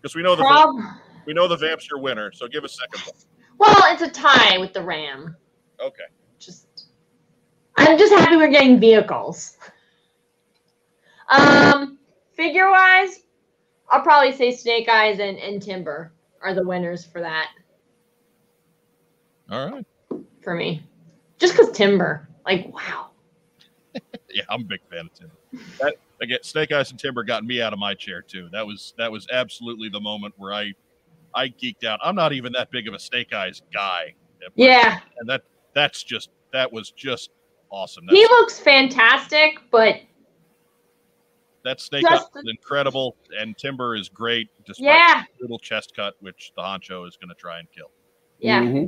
S1: Because we know Oh, the vamp-
S3: Prob-
S1: we know the vamp's your winner. So give a second. one.
S3: well, it's a tie with the Ram.
S1: Okay.
S3: Just, I'm just happy we're getting vehicles. Um, figure wise, I'll probably say Snake Eyes and, and Timber are the winners for that
S1: All right.
S3: for me. Just because Timber, like wow,
S1: Yeah, I'm a big fan of Timber. That again, Snake Eyes and Timber got me out of my chair too. That was that was absolutely the moment where I I geeked out. I'm not even that big of a Snake Eyes guy. but-
S3: yeah,
S1: and that that's just that was just awesome. That's,
S3: he looks fantastic, but
S1: that snake up
S3: Justin-
S1: is incredible, and Timber is great despite
S3: yeah,
S1: the little chest cut, which the honcho is going to try and kill.
S3: yeah,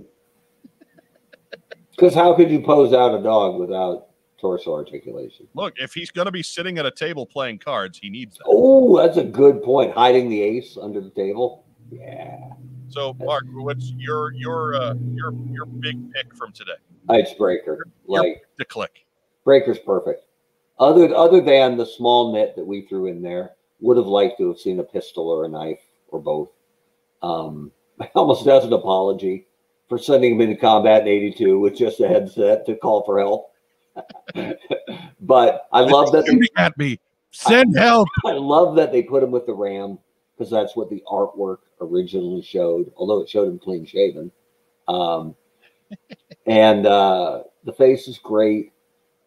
S2: Because Mm-hmm. how could you pose out a dog without torso articulation?
S1: Look, if he's going to be sitting at a table playing cards, he needs that.
S2: Oh, that's a good point. Hiding the ace under the table. Yeah.
S1: So, Mark, what's your your uh, your your big pick from today?
S2: Icebreaker. Like
S1: The click.
S2: breaker's perfect. Other other than the small net that we threw in there, would have liked to have seen a pistol or a knife or both. Um, almost as an apology for sending him into combat in '82 with just a headset to call for help. but I love that
S1: Shooting at me. Send help.
S2: I love that they put him with the Ram because that's what the artwork originally showed, although it showed him clean shaven. Um, and uh, the face is great.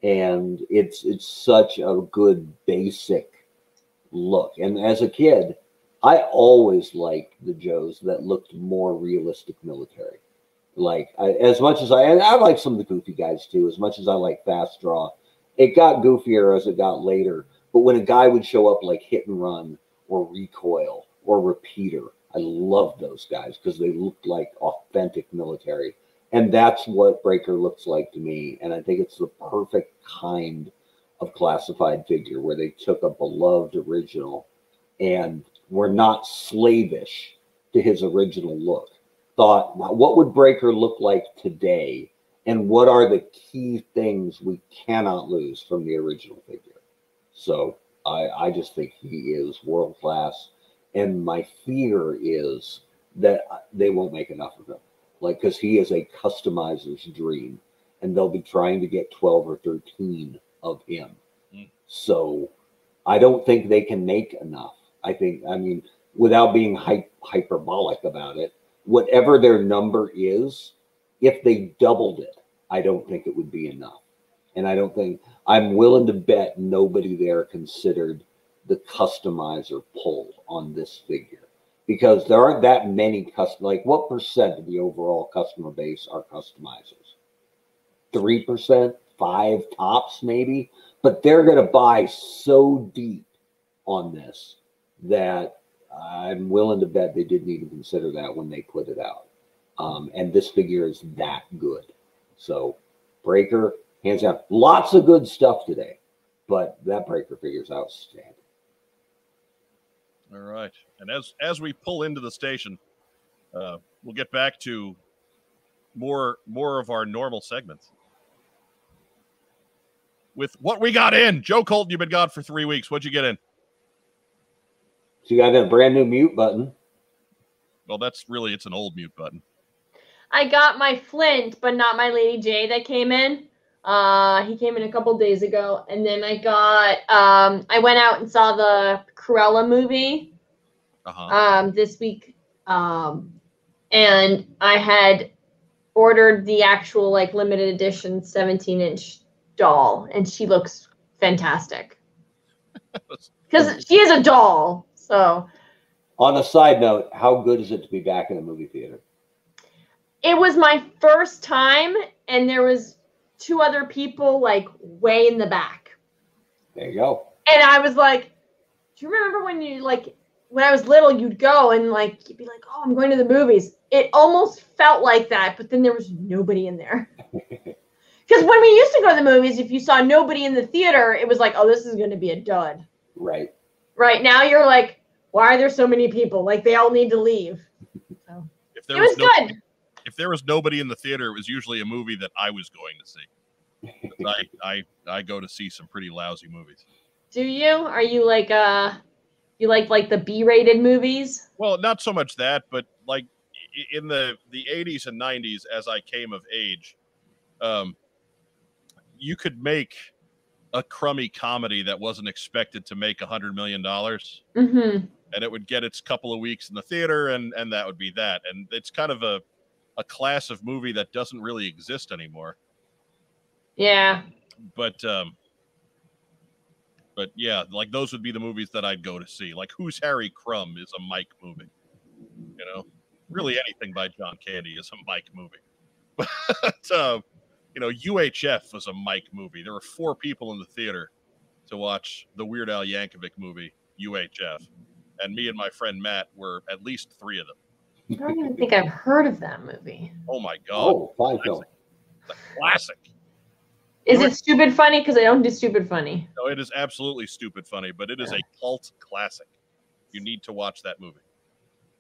S2: and it's it's such a good basic look. And as a kid, I always liked the Joes that looked more realistic military. Like I, as much as I, and I like some of the goofy guys too. As much as I like Fast Draw, it got goofier as it got later. But when a guy would show up like Hit and Run or Recoil or Repeater, I loved those guys because they looked like authentic military. And that's what Breaker looks like to me. And I think it's the perfect kind of classified figure where they took a beloved original and were not slavish to his original look. Thought, what would Breaker look like today? And what are the key things we cannot lose from the original figure? So I, I just think he is world class. And my fear is that they won't make enough of him like because he is a customizer's dream and they'll be trying to get 12 or 13 of him mm. so i don't think they can make enough i think i mean without being hy- hyperbolic about it whatever their number is if they doubled it i don't think it would be enough and i don't think i'm willing to bet nobody there considered the customizer pull on this figure because there aren't that many custom like what percent of the overall customer base are customizers? Three percent, five tops maybe, but they're gonna buy so deep on this that I'm willing to bet they didn't even consider that when they put it out. Um, and this figure is that good. So breaker, hands down, lots of good stuff today, but that breaker figure is outstanding.
S1: All right. And as as we pull into the station, uh, we'll get back to more more of our normal segments. With what we got in, Joe Colton, you've been gone for three weeks. What'd you get in?
S2: So you got a brand new mute button.
S1: Well, that's really it's an old mute button.
S3: I got my Flint, but not my Lady J that came in. Uh, he came in a couple days ago, and then I got. Um, I went out and saw the Cruella movie uh-huh. um, this week, um, and I had ordered the actual like limited edition 17 inch doll, and she looks fantastic because she is a doll. So,
S2: on a side note, how good is it to be back in the movie theater?
S3: It was my first time, and there was two other people like way in the back.
S2: There you go.
S3: And I was like, do you remember when you like when I was little, you'd go and like you'd be like, "Oh, I'm going to the movies." It almost felt like that, but then there was nobody in there. Because when we used to go to the movies, if you saw nobody in the theater, it was like, "Oh, this is going to be a dud."
S2: Right.
S3: Right now, you're like, "Why are there so many people? Like they all need to leave." So, if there it was, was no- good
S1: if there was nobody in the theater, it was usually a movie that I was going to see. I, I I go to see some pretty lousy movies.
S3: Do you? Are you like uh you like like the B-rated movies?
S1: Well, not so much that, but like in the the 80s and 90s as I came of age, um you could make a crummy comedy that wasn't expected to make a hundred million dollars.
S3: Mm-hmm.
S1: And it would get its couple of weeks in the theater, and and that would be that. And it's kind of a a class of movie that doesn't really exist anymore.
S3: Yeah.
S1: But um but yeah, like those would be the movies that I'd go to see. Like Who's Harry Crumb is a Mike movie. You know, really anything by John Candy is a Mike movie. But um, you know, UHF was a Mike movie. There were four people in the theater to watch the Weird Al Yankovic movie UHF, and me and my friend Matt were at least three of them.
S3: I don't even think I've heard of that movie.
S1: Oh my god!
S2: Oh, fine film.
S1: It's a classic.
S3: Is it stupid funny? Because I don't do stupid funny.
S1: No, it is absolutely stupid funny, but it is a cult classic. You need to watch that movie.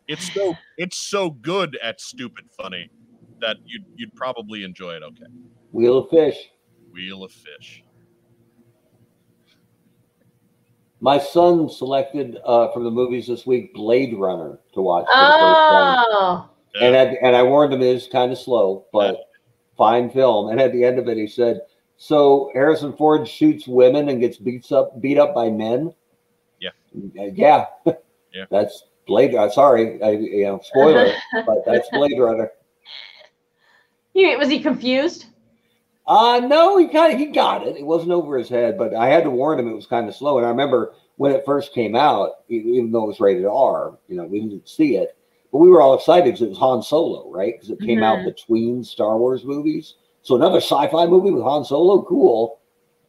S1: It's so it's so good at stupid funny that you'd you'd probably enjoy it. Okay.
S2: Wheel of Fish.
S1: Wheel of Fish.
S2: My son selected uh, from the movies this week Blade Runner to watch. For
S3: oh.
S2: the first time. And, at, and I warned him it is kind of slow, but yeah. fine film. And at the end of it, he said, So Harrison Ford shoots women and gets beats up, beat up by men? Uh,
S1: Yeah.
S2: Yeah.
S1: yeah.
S2: that's Blade Runner. Sorry, I, you know, spoiler, but that's Blade Runner.
S3: He, was he confused?
S2: Uh, no, he kind of he got it. It wasn't over his head, but I had to warn him it was kind of slow. And I remember when it first came out, e- even though it was rated R, you know, we didn't see it, but we were all excited because it was Han Solo, right? Because it came
S3: Mm-hmm.
S2: out between Star Wars movies. So another sci-fi movie with Han Solo, cool.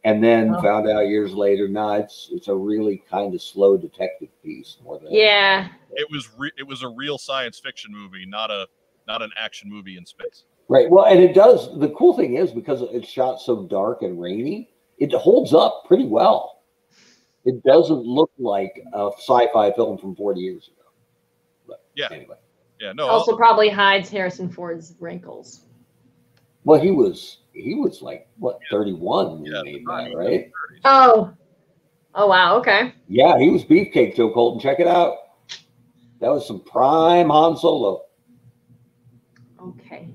S2: And then
S3: Oh.
S2: found out years later, nah, it's it's a really kind of slow detective piece more than
S3: Yeah.
S1: It was re- it was a real science fiction movie, not a not an action movie in space.
S2: Right. Well, and it does. The cool thing is because it's shot so dark and rainy, it holds up pretty well. It doesn't look like a sci-fi film from 40 years ago. But
S1: Yeah.
S2: Anyway,
S1: Yeah, no,
S3: Also, probably hides Harrison Ford's wrinkles.
S2: well, he was he was like what 31 when
S1: Yeah,
S2: he made
S1: the time
S2: that,
S1: was
S2: right?
S3: Oh. Oh wow. Okay.
S2: Yeah, he was beefcake Joe Colton. Check it out. That was some prime Han Solo.
S3: Okay.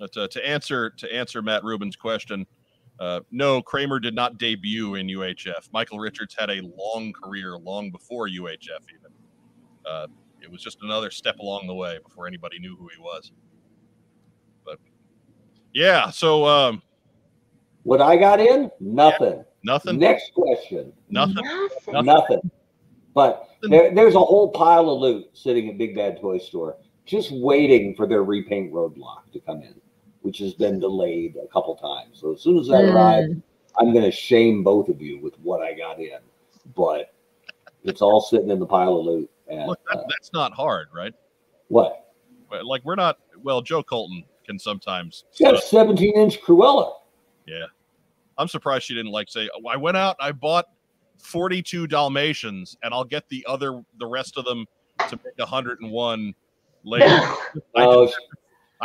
S1: I'll- Uh, to, to answer to answer Matt Rubin's question, uh, no, Kramer did not debut in UHF. Michael Richards had a long career long before UHF even. Uh, it was just another step along the way before anybody knew who he was. But yeah, so um,
S2: What I got in? Nothing.
S1: nothing,
S2: Next question.
S1: nothing.
S3: Nothing.
S1: Nothing.
S2: Nothing. But there, there's a whole pile of loot sitting at Big Bad Toy Store, just waiting for their repaint roadblock to come in, which has been delayed a couple times. So as soon as that
S3: Mm.
S2: arrives, I'm going to shame both of you with what I got in. But it's all sitting in the pile of loot. And
S1: Look,
S2: uh,
S1: that, that's not hard, right?
S2: what?
S1: But, Like we're not. Well, Joe Colton can sometimes.
S2: It's got a 17 inch Cruella.
S1: I'm surprised she didn't like say, "Oh, I went out, I bought 42 Dalmatians, and I'll get the other, the rest of them to make 101 later. I,
S2: Oh,
S1: have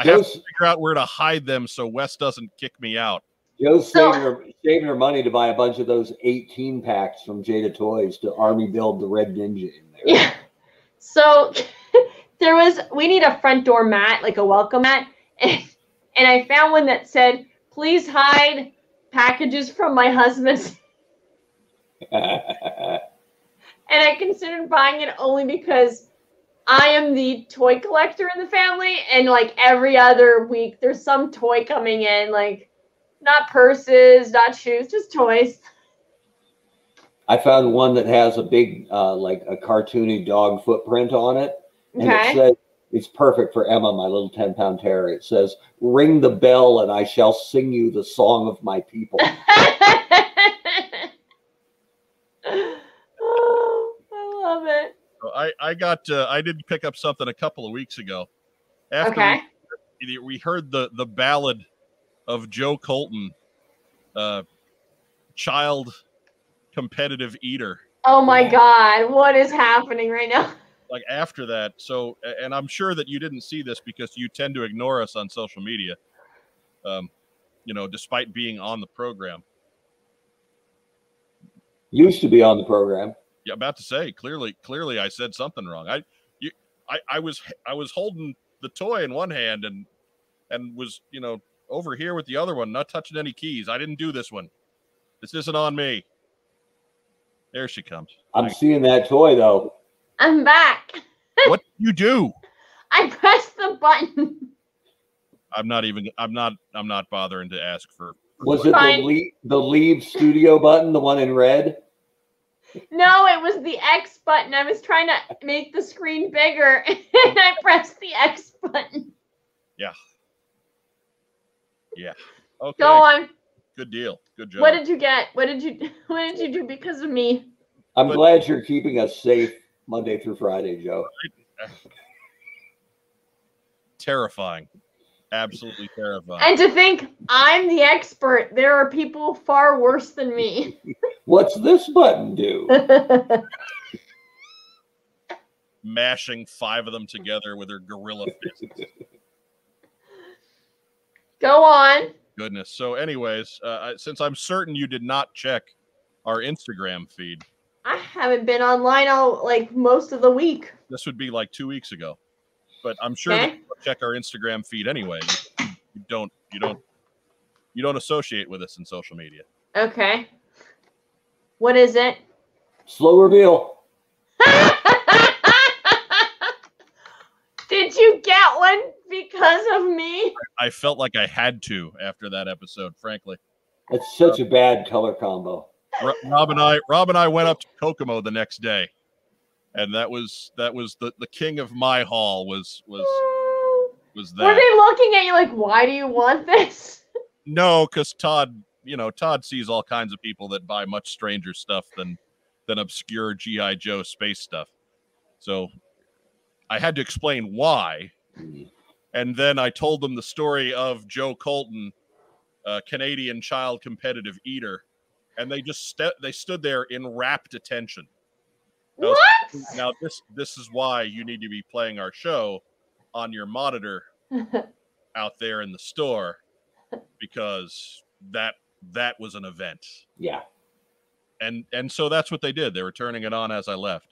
S1: to
S2: Joe's,
S1: figure out where to hide them so Wes doesn't kick me out.
S2: Joe's
S3: So-
S2: saving, her, saving her money to buy a bunch of those 18 packs from Jada Toys to army build the Red Ninja in there.
S3: Yeah. So there was we need a front door mat, like a welcome mat. And, and I found one that said, please hide packages from my husband's and I considered buying it only because I am the toy collector in the family, and like every other week, there's some toy coming in, like not purses, not shoes, just toys.
S2: I found one that has a big, uh, like a cartoony dog footprint on it. And it
S3: Okay.
S2: says, it's perfect for Emma, my little 10 pound terrier. It says, Ring the bell and I shall sing you the song of my people.
S3: oh, I love it.
S1: So I, I got, uh, I did pick up something a couple of weeks ago. After
S3: Okay.
S1: we, we heard the the ballad of Joe Colton, uh, child competitive eater.
S3: Oh my God, what is happening right now?
S1: like after that. So, a- and I'm sure that you didn't see this because you tend to ignore us on social media, um, you know, despite being on the program.
S2: Used to be on the program.
S1: Yeah, about to say clearly, clearly, I said something wrong. I, you, I, I was, I was holding the toy in one hand and, and was, you know, over here with the other one, not touching any keys. I didn't do this one. This isn't on me. There she comes.
S2: I'm
S1: Like,
S2: seeing that toy though.
S3: I'm back.
S1: what did you do?
S3: I pressed the button.
S1: I'm not even. I'm not. I'm not bothering to ask for.
S2: Was it the
S3: Fine.
S2: leave, the leave studio button, the one in red?
S3: No, it was the X button. I was trying to make the screen bigger, and I pressed the X button.
S1: Okay.
S3: Go on.
S1: Good deal. Good job.
S3: What did you get? What did you what did you do because of me?
S2: I'm
S1: But-
S2: glad you're keeping us safe Monday through Friday, Joe.
S1: terrifying. Absolutely terrifying.
S3: And to think I'm the expert. There are people far worse than me.
S2: What's this button do?
S1: Mashing five of them together with her gorilla fist.
S3: Go on.
S1: Goodness. So, anyways, uh, I- since I'm certain you did not check our Instagram feed,
S3: I haven't been online all like most of the week.
S1: this would be like two weeks ago, but I'm sure that
S3: Okay.
S1: you check our Instagram feed anyway. You, you don't. You don't. You don't associate with us in social media.
S3: Okay. What is it?
S2: Slow reveal.
S3: Did you get that one because of me.
S1: I felt like I had to after that episode, frankly.
S2: That's such a bad color combo.
S1: Ro- Rob and I, Rob and I went up to Kokomo the next day, and that was that was the the king of my hall was was was
S3: Were
S1: that.
S3: they looking at you like, why do you want this?
S1: No, because Todd, you know, Todd sees all kinds of people that buy much stranger stuff than than obscure GI Joe space stuff. So I had to explain why,
S2: Mm,
S1: and then I told them the story of Joe Colton, a Canadian child competitive eater, and they just st- they stood there in rapt attention. No,
S3: What?
S1: Now this this is why you need to be playing our show on your monitor out there in the store because that that was an event.
S2: Yeah.
S1: And and so that's what they did. They were turning it on as I left.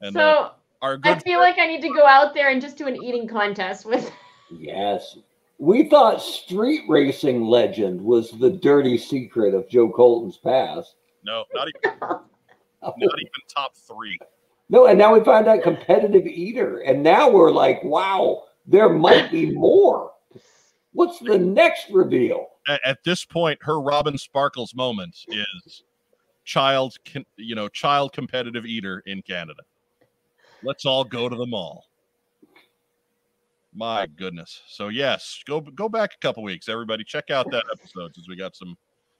S1: And uh,
S3: so
S1: our
S3: I
S1: good
S3: feel like I need to go out there and just do an eating contest with.
S2: Yes. We thought street racing legend was the dirty secret of Joe Colton's past.
S1: no, not even not even top 3.
S2: No, and now we find out competitive eater. And now we're like, wow, there might be more. What's the next reveal?
S1: at, at this point, her Robin Sparkles moment is child, con- you know, child competitive eater in Canada. Let's all go to the mall. My goodness. So yes, go go back a couple weeks, everybody. Check out that episode because we got some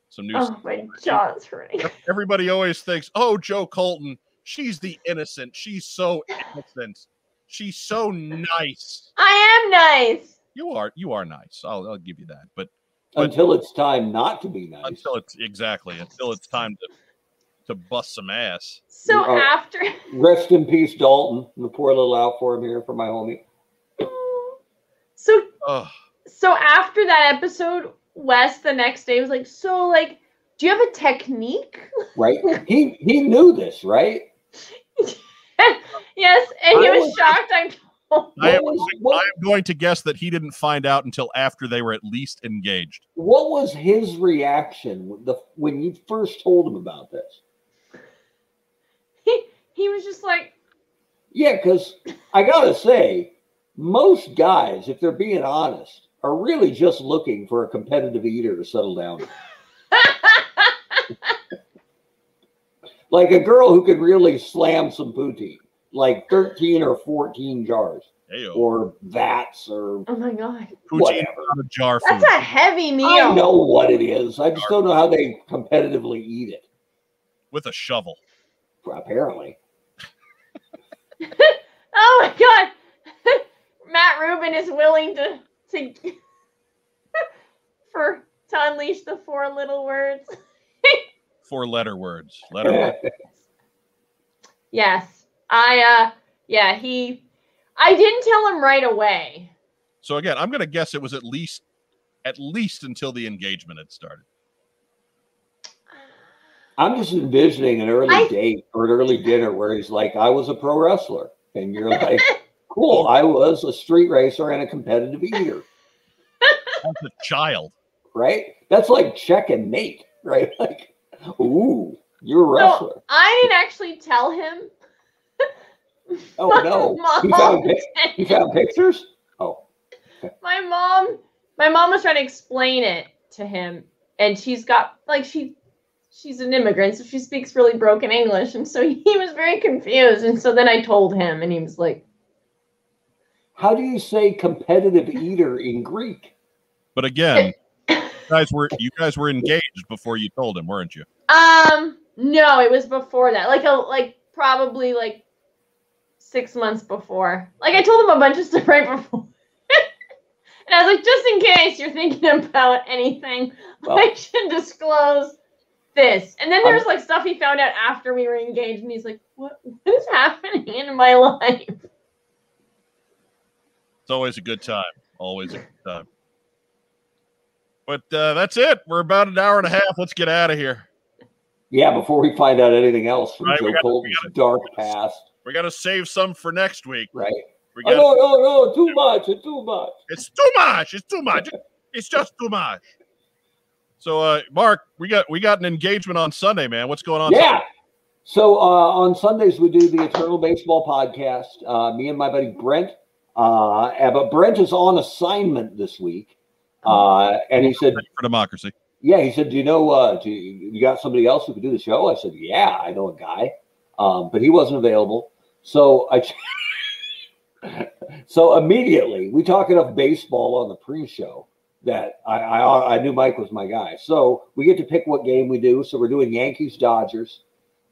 S1: some new.
S3: Oh, my jaw's hurting.
S1: stuff. Everybody always thinks, oh, Joe Colton, she's the innocent. She's so innocent. She's so nice.
S3: I am nice.
S1: You are you are nice. I'll I'll give you that. But But-
S2: Until it's time not to be nice.
S1: until it's exactly until it's time to to bust some ass.
S3: So
S2: You are-
S3: after
S2: Rest in peace, Dalton. The poor little out for him here for my homie.
S3: So
S1: Oh,
S3: so after that episode, Wes the next day was like, so like, do you have a technique?
S2: Right? He he knew this, right?
S3: yes, and he
S2: I
S3: was
S2: was-
S3: shocked. I'm
S1: I am,
S2: What was,
S1: I
S2: what,
S1: am going to guess that he didn't find out until after they were at least engaged.
S2: what was his reaction when the when you first told him about this?
S3: he, he was just like,
S2: Yeah, because I gotta say, most guys, if they're being honest, are really just looking for a competitive eater to settle down. like a girl who could really slam some poutine, like 13 or 14 jars
S1: Heyo.
S2: or vats or
S3: oh my god,
S1: Poutine
S2: whatever.
S1: on a jar food.
S3: that's a heavy meal.
S2: I know what it is. I just don't know how they competitively eat it,
S1: with a shovel.
S2: apparently.
S3: Oh my god, Matt Rubin is willing to to for to unleash the four little words.
S1: Four letter words. Letter words.
S3: Yes, I uh, yeah, he, I didn't tell him right away.
S1: So again, I'm gonna guess it was at least at least until the engagement had started.
S2: I'm just envisioning an early
S3: I-
S2: date or an early dinner where he's like, I was a pro wrestler. And you're like, cool, I was a street racer and a competitive eater,
S1: As a child.
S2: right? That's like check and mate, right? Like, ooh, you're a wrestler.
S3: So I didn't actually tell him.
S2: Oh, no. He found, pic- he found pictures? Oh,
S3: my mom my mom was trying to explain it to him and she's got like she she's an immigrant so she speaks really broken english and so he was very confused and so then i told him and he was like
S2: how do you say competitive eater in Greek?
S1: But again, you guys were you guys were engaged before you told him, weren't you?
S3: um no it was before that like a like probably like six months before like i told him a bunch of stuff right before and i was like just in case you're thinking about anything
S2: Well,
S3: I should disclose this. And then
S2: Um,
S3: there's like stuff he found out after we were engaged, and he's like, "What? What is happening in my life?"
S1: It's always a good time. Always a good time. But uh, that's it. We're about an hour and a half. Let's get out of here.
S2: yeah, before we find out anything else from
S1: Right, we
S2: Joe
S1: gotta- we
S2: Colton's dark past,
S1: We got to save some for next week.
S2: right?
S1: We
S2: Oh,
S1: got
S2: no, no, no, too much, it's too much.
S1: It's too much. It's too much. It's just too much. So, uh, Mark, we got we got an engagement on Sunday, man. What's going on?
S2: Yeah. So uh, on Sundays we do the Eternal Baseball podcast. Uh, me and my buddy Brent Uh, and- but Brent is on assignment this week, uh, and he said,
S1: Fight for democracy.
S2: yeah, he said, "Do you know? Uh, do you, you got somebody else who could do the show?" I said, "Yeah, I know a guy, um, but he wasn't available." So I, so immediately we talk enough baseball on the pre-show that I, I I knew Mike was my guy. So we get to pick what game we do. So we're doing Yankees Dodgers.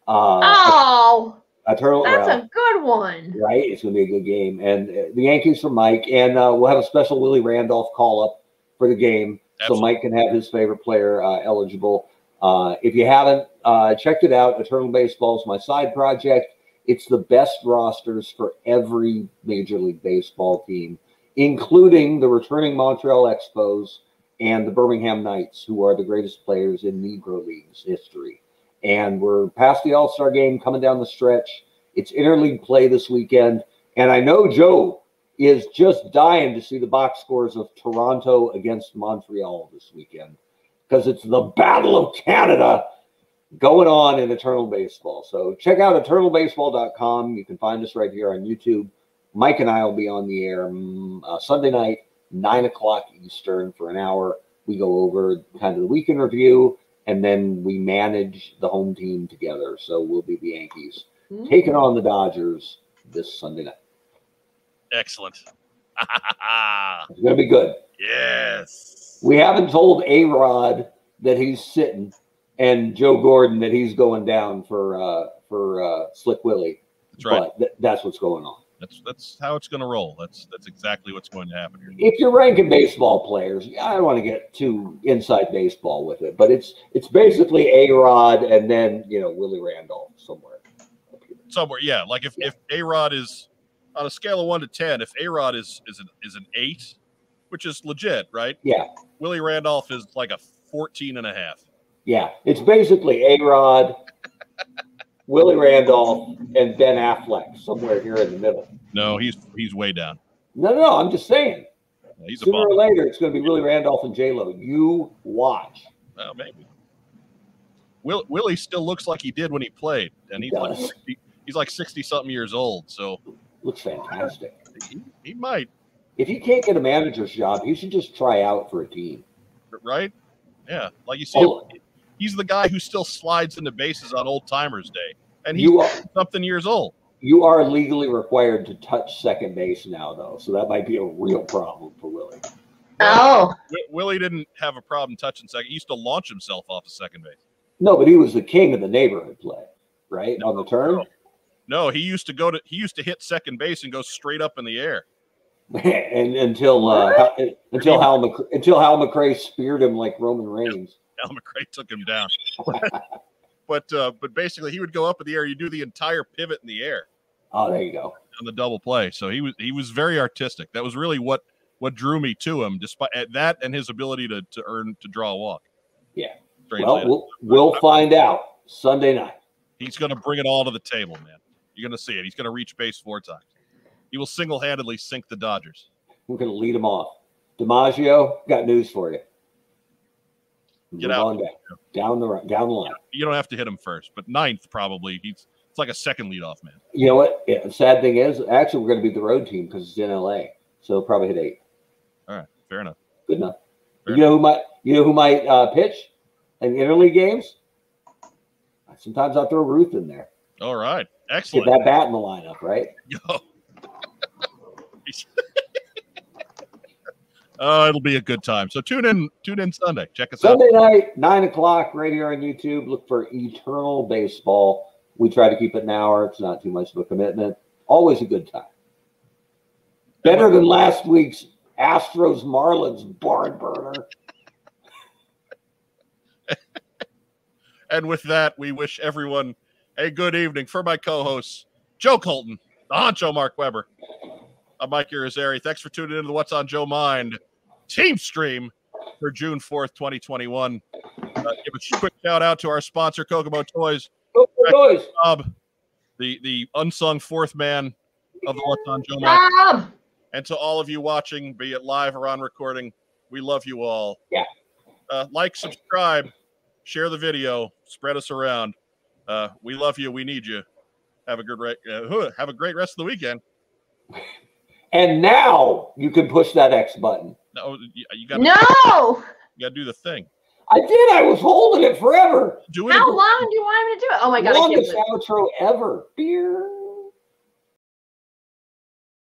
S2: Uh, I,
S3: oh,
S2: I turn it
S3: that's
S2: around.
S3: a good one.
S2: Right, it's going to be a good game, and uh, the Yankees for Mike, and uh, we'll have a special Willie Randolph call up for the game. So
S1: Absolutely.
S2: Mike can have his favorite player uh, eligible. Uh, if you haven't uh, checked it out, Eternal Baseball is my side project. It's the best rosters for every Major League Baseball team, including the returning Montreal Expos and the Birmingham Knights, who are the greatest players in Negro Leagues history. And we're past the All Star game, coming down the stretch. It's interleague play this weekend. And I know Joe is just dying to see the box scores of Toronto against Montreal this weekend because it's the Battle of Canada going on in Eternal Baseball. So check out eternalbaseball.com. You can find us right here on YouTube. Mike and I will be on the air mm, uh, Sunday night, 9 o'clock Eastern for an hour. We go over kind of the weekend review and then we manage the home team together. So we'll be the Yankees
S3: Mm.
S2: taking on the Dodgers this Sunday night.
S1: Excellent.
S2: It's going to be good.
S1: yes.
S2: We haven't told A Rod that he's sitting, and Joe Gordon that he's going down for uh, for uh, Slick Willie.
S1: that's right.
S2: But th- that's what's going on.
S1: That's that's how it's going to roll. That's that's exactly what's going to happen here.
S2: If you're ranking baseball players, I don't want to get too inside baseball with it, but it's it's basically A Rod and then you know Willie Randolph somewhere. up here.
S1: Somewhere, yeah. Like if if A Rod is on a scale of one to ten, if A Rod is is an is an eight, which is legit, right?
S2: Yeah,
S1: Willie Randolph is like a 14 and a half.
S2: yeah. It's basically A Rod, Willie Randolph, and Ben Affleck somewhere here in the middle.
S1: No, he's he's way down.
S2: No, no, no. I'm just saying.
S1: He's a
S2: Sooner or
S1: bum.
S2: later, it's going to be Willie Randolph and J Lo. You watch.
S1: Oh, maybe. Will, Willie still looks like he did when he played, and he's like
S2: does.
S1: 60, he's like 60 something years old, so
S2: Looks fantastic.
S1: he, he might,
S2: If he can't get a manager's job, he should just try out for a team.
S1: right? Yeah, like you see,
S2: Oh,
S1: he's the guy who still slides into bases on old timers day, and he's
S2: you are
S1: something years old.
S2: you are legally required to touch second base now, though, so that might be a real problem for Willie.
S3: Oh,
S1: Wi- Willie didn't have a problem touching second. He used to launch himself off of second base.
S2: No, but he was the king of the neighborhood play, right? On the turn,
S1: No, he used to go to he used to hit second base and go straight up in the air.
S2: and until uh, Hal- until Hal McC- until Hal McRae speared him like Roman Reigns.
S1: Al McRae took him down. but uh, but basically, he would go up in the air. You do the entire pivot in the air
S2: Oh, there you go.
S1: on the double play. So he was he was very artistic. That was really what what drew me to him, despite at that and his ability to to earn to draw a walk.
S2: Yeah.
S1: Straight
S2: Well,
S1: line.
S2: we'll, we'll find out Sunday night.
S1: he's going to bring it all to the table, man. You're going to see it. He's going to reach base four times. He will single handedly sink the Dodgers.
S2: We're going to lead them off. DiMaggio, got news for you.
S1: Get
S2: Move
S1: out.
S2: on down, down the ri- down the line.
S1: You don't have to hit him first, but ninth probably. He's it's like a second leadoff man.
S2: You know what? Yeah, the sad thing is, actually, we're going to be the road team because it's in LA, so they'll probably hit eight.
S1: All right, fair enough.
S2: Good enough.
S1: Fair
S2: you know who might? You know who might uh, pitch in interleague games? Sometimes I'll throw Ruth in there.
S1: All right,
S2: Get
S1: excellent.
S2: that bat in the lineup, right?
S1: Yo. Uh, it'll be a good time. So tune in, tune in Sunday. Check us out.
S2: Sunday night, nine o'clock, right here on YouTube. Look for Eternal Baseball. We try to keep it an hour. It's not too much of a commitment. Always a good time. Better than last week's Astros Marlins barn burner.
S1: And with that, we wish everyone a good evening. For my co-hosts, Joe Colton, the honcho Mark Weber, I'm Mike Irizarry. Thanks for tuning into the What's on Joe Mind team stream for June 4th, 2021. Uh, give a quick shout out to our sponsor, Kokomo Toys.
S2: Go boys.
S1: Bob, the the unsung fourth man of the What's on Joe Mind.
S3: Bob.
S1: And to all of you watching, be it live or on recording, we love you all.
S2: Yeah.
S1: Uh, like, subscribe, share the video, spread us around. Uh, we love you. We need you. Have a good re- uh, have a great rest of the weekend.
S2: And now you can push that X button.
S1: No, you, you got
S3: No.
S1: you got to do the thing.
S2: I did. I was holding it forever.
S1: Do it.
S3: How long do you want him to do it? Oh my god! I can't
S2: Longest
S3: believe-
S2: outro ever. Beer.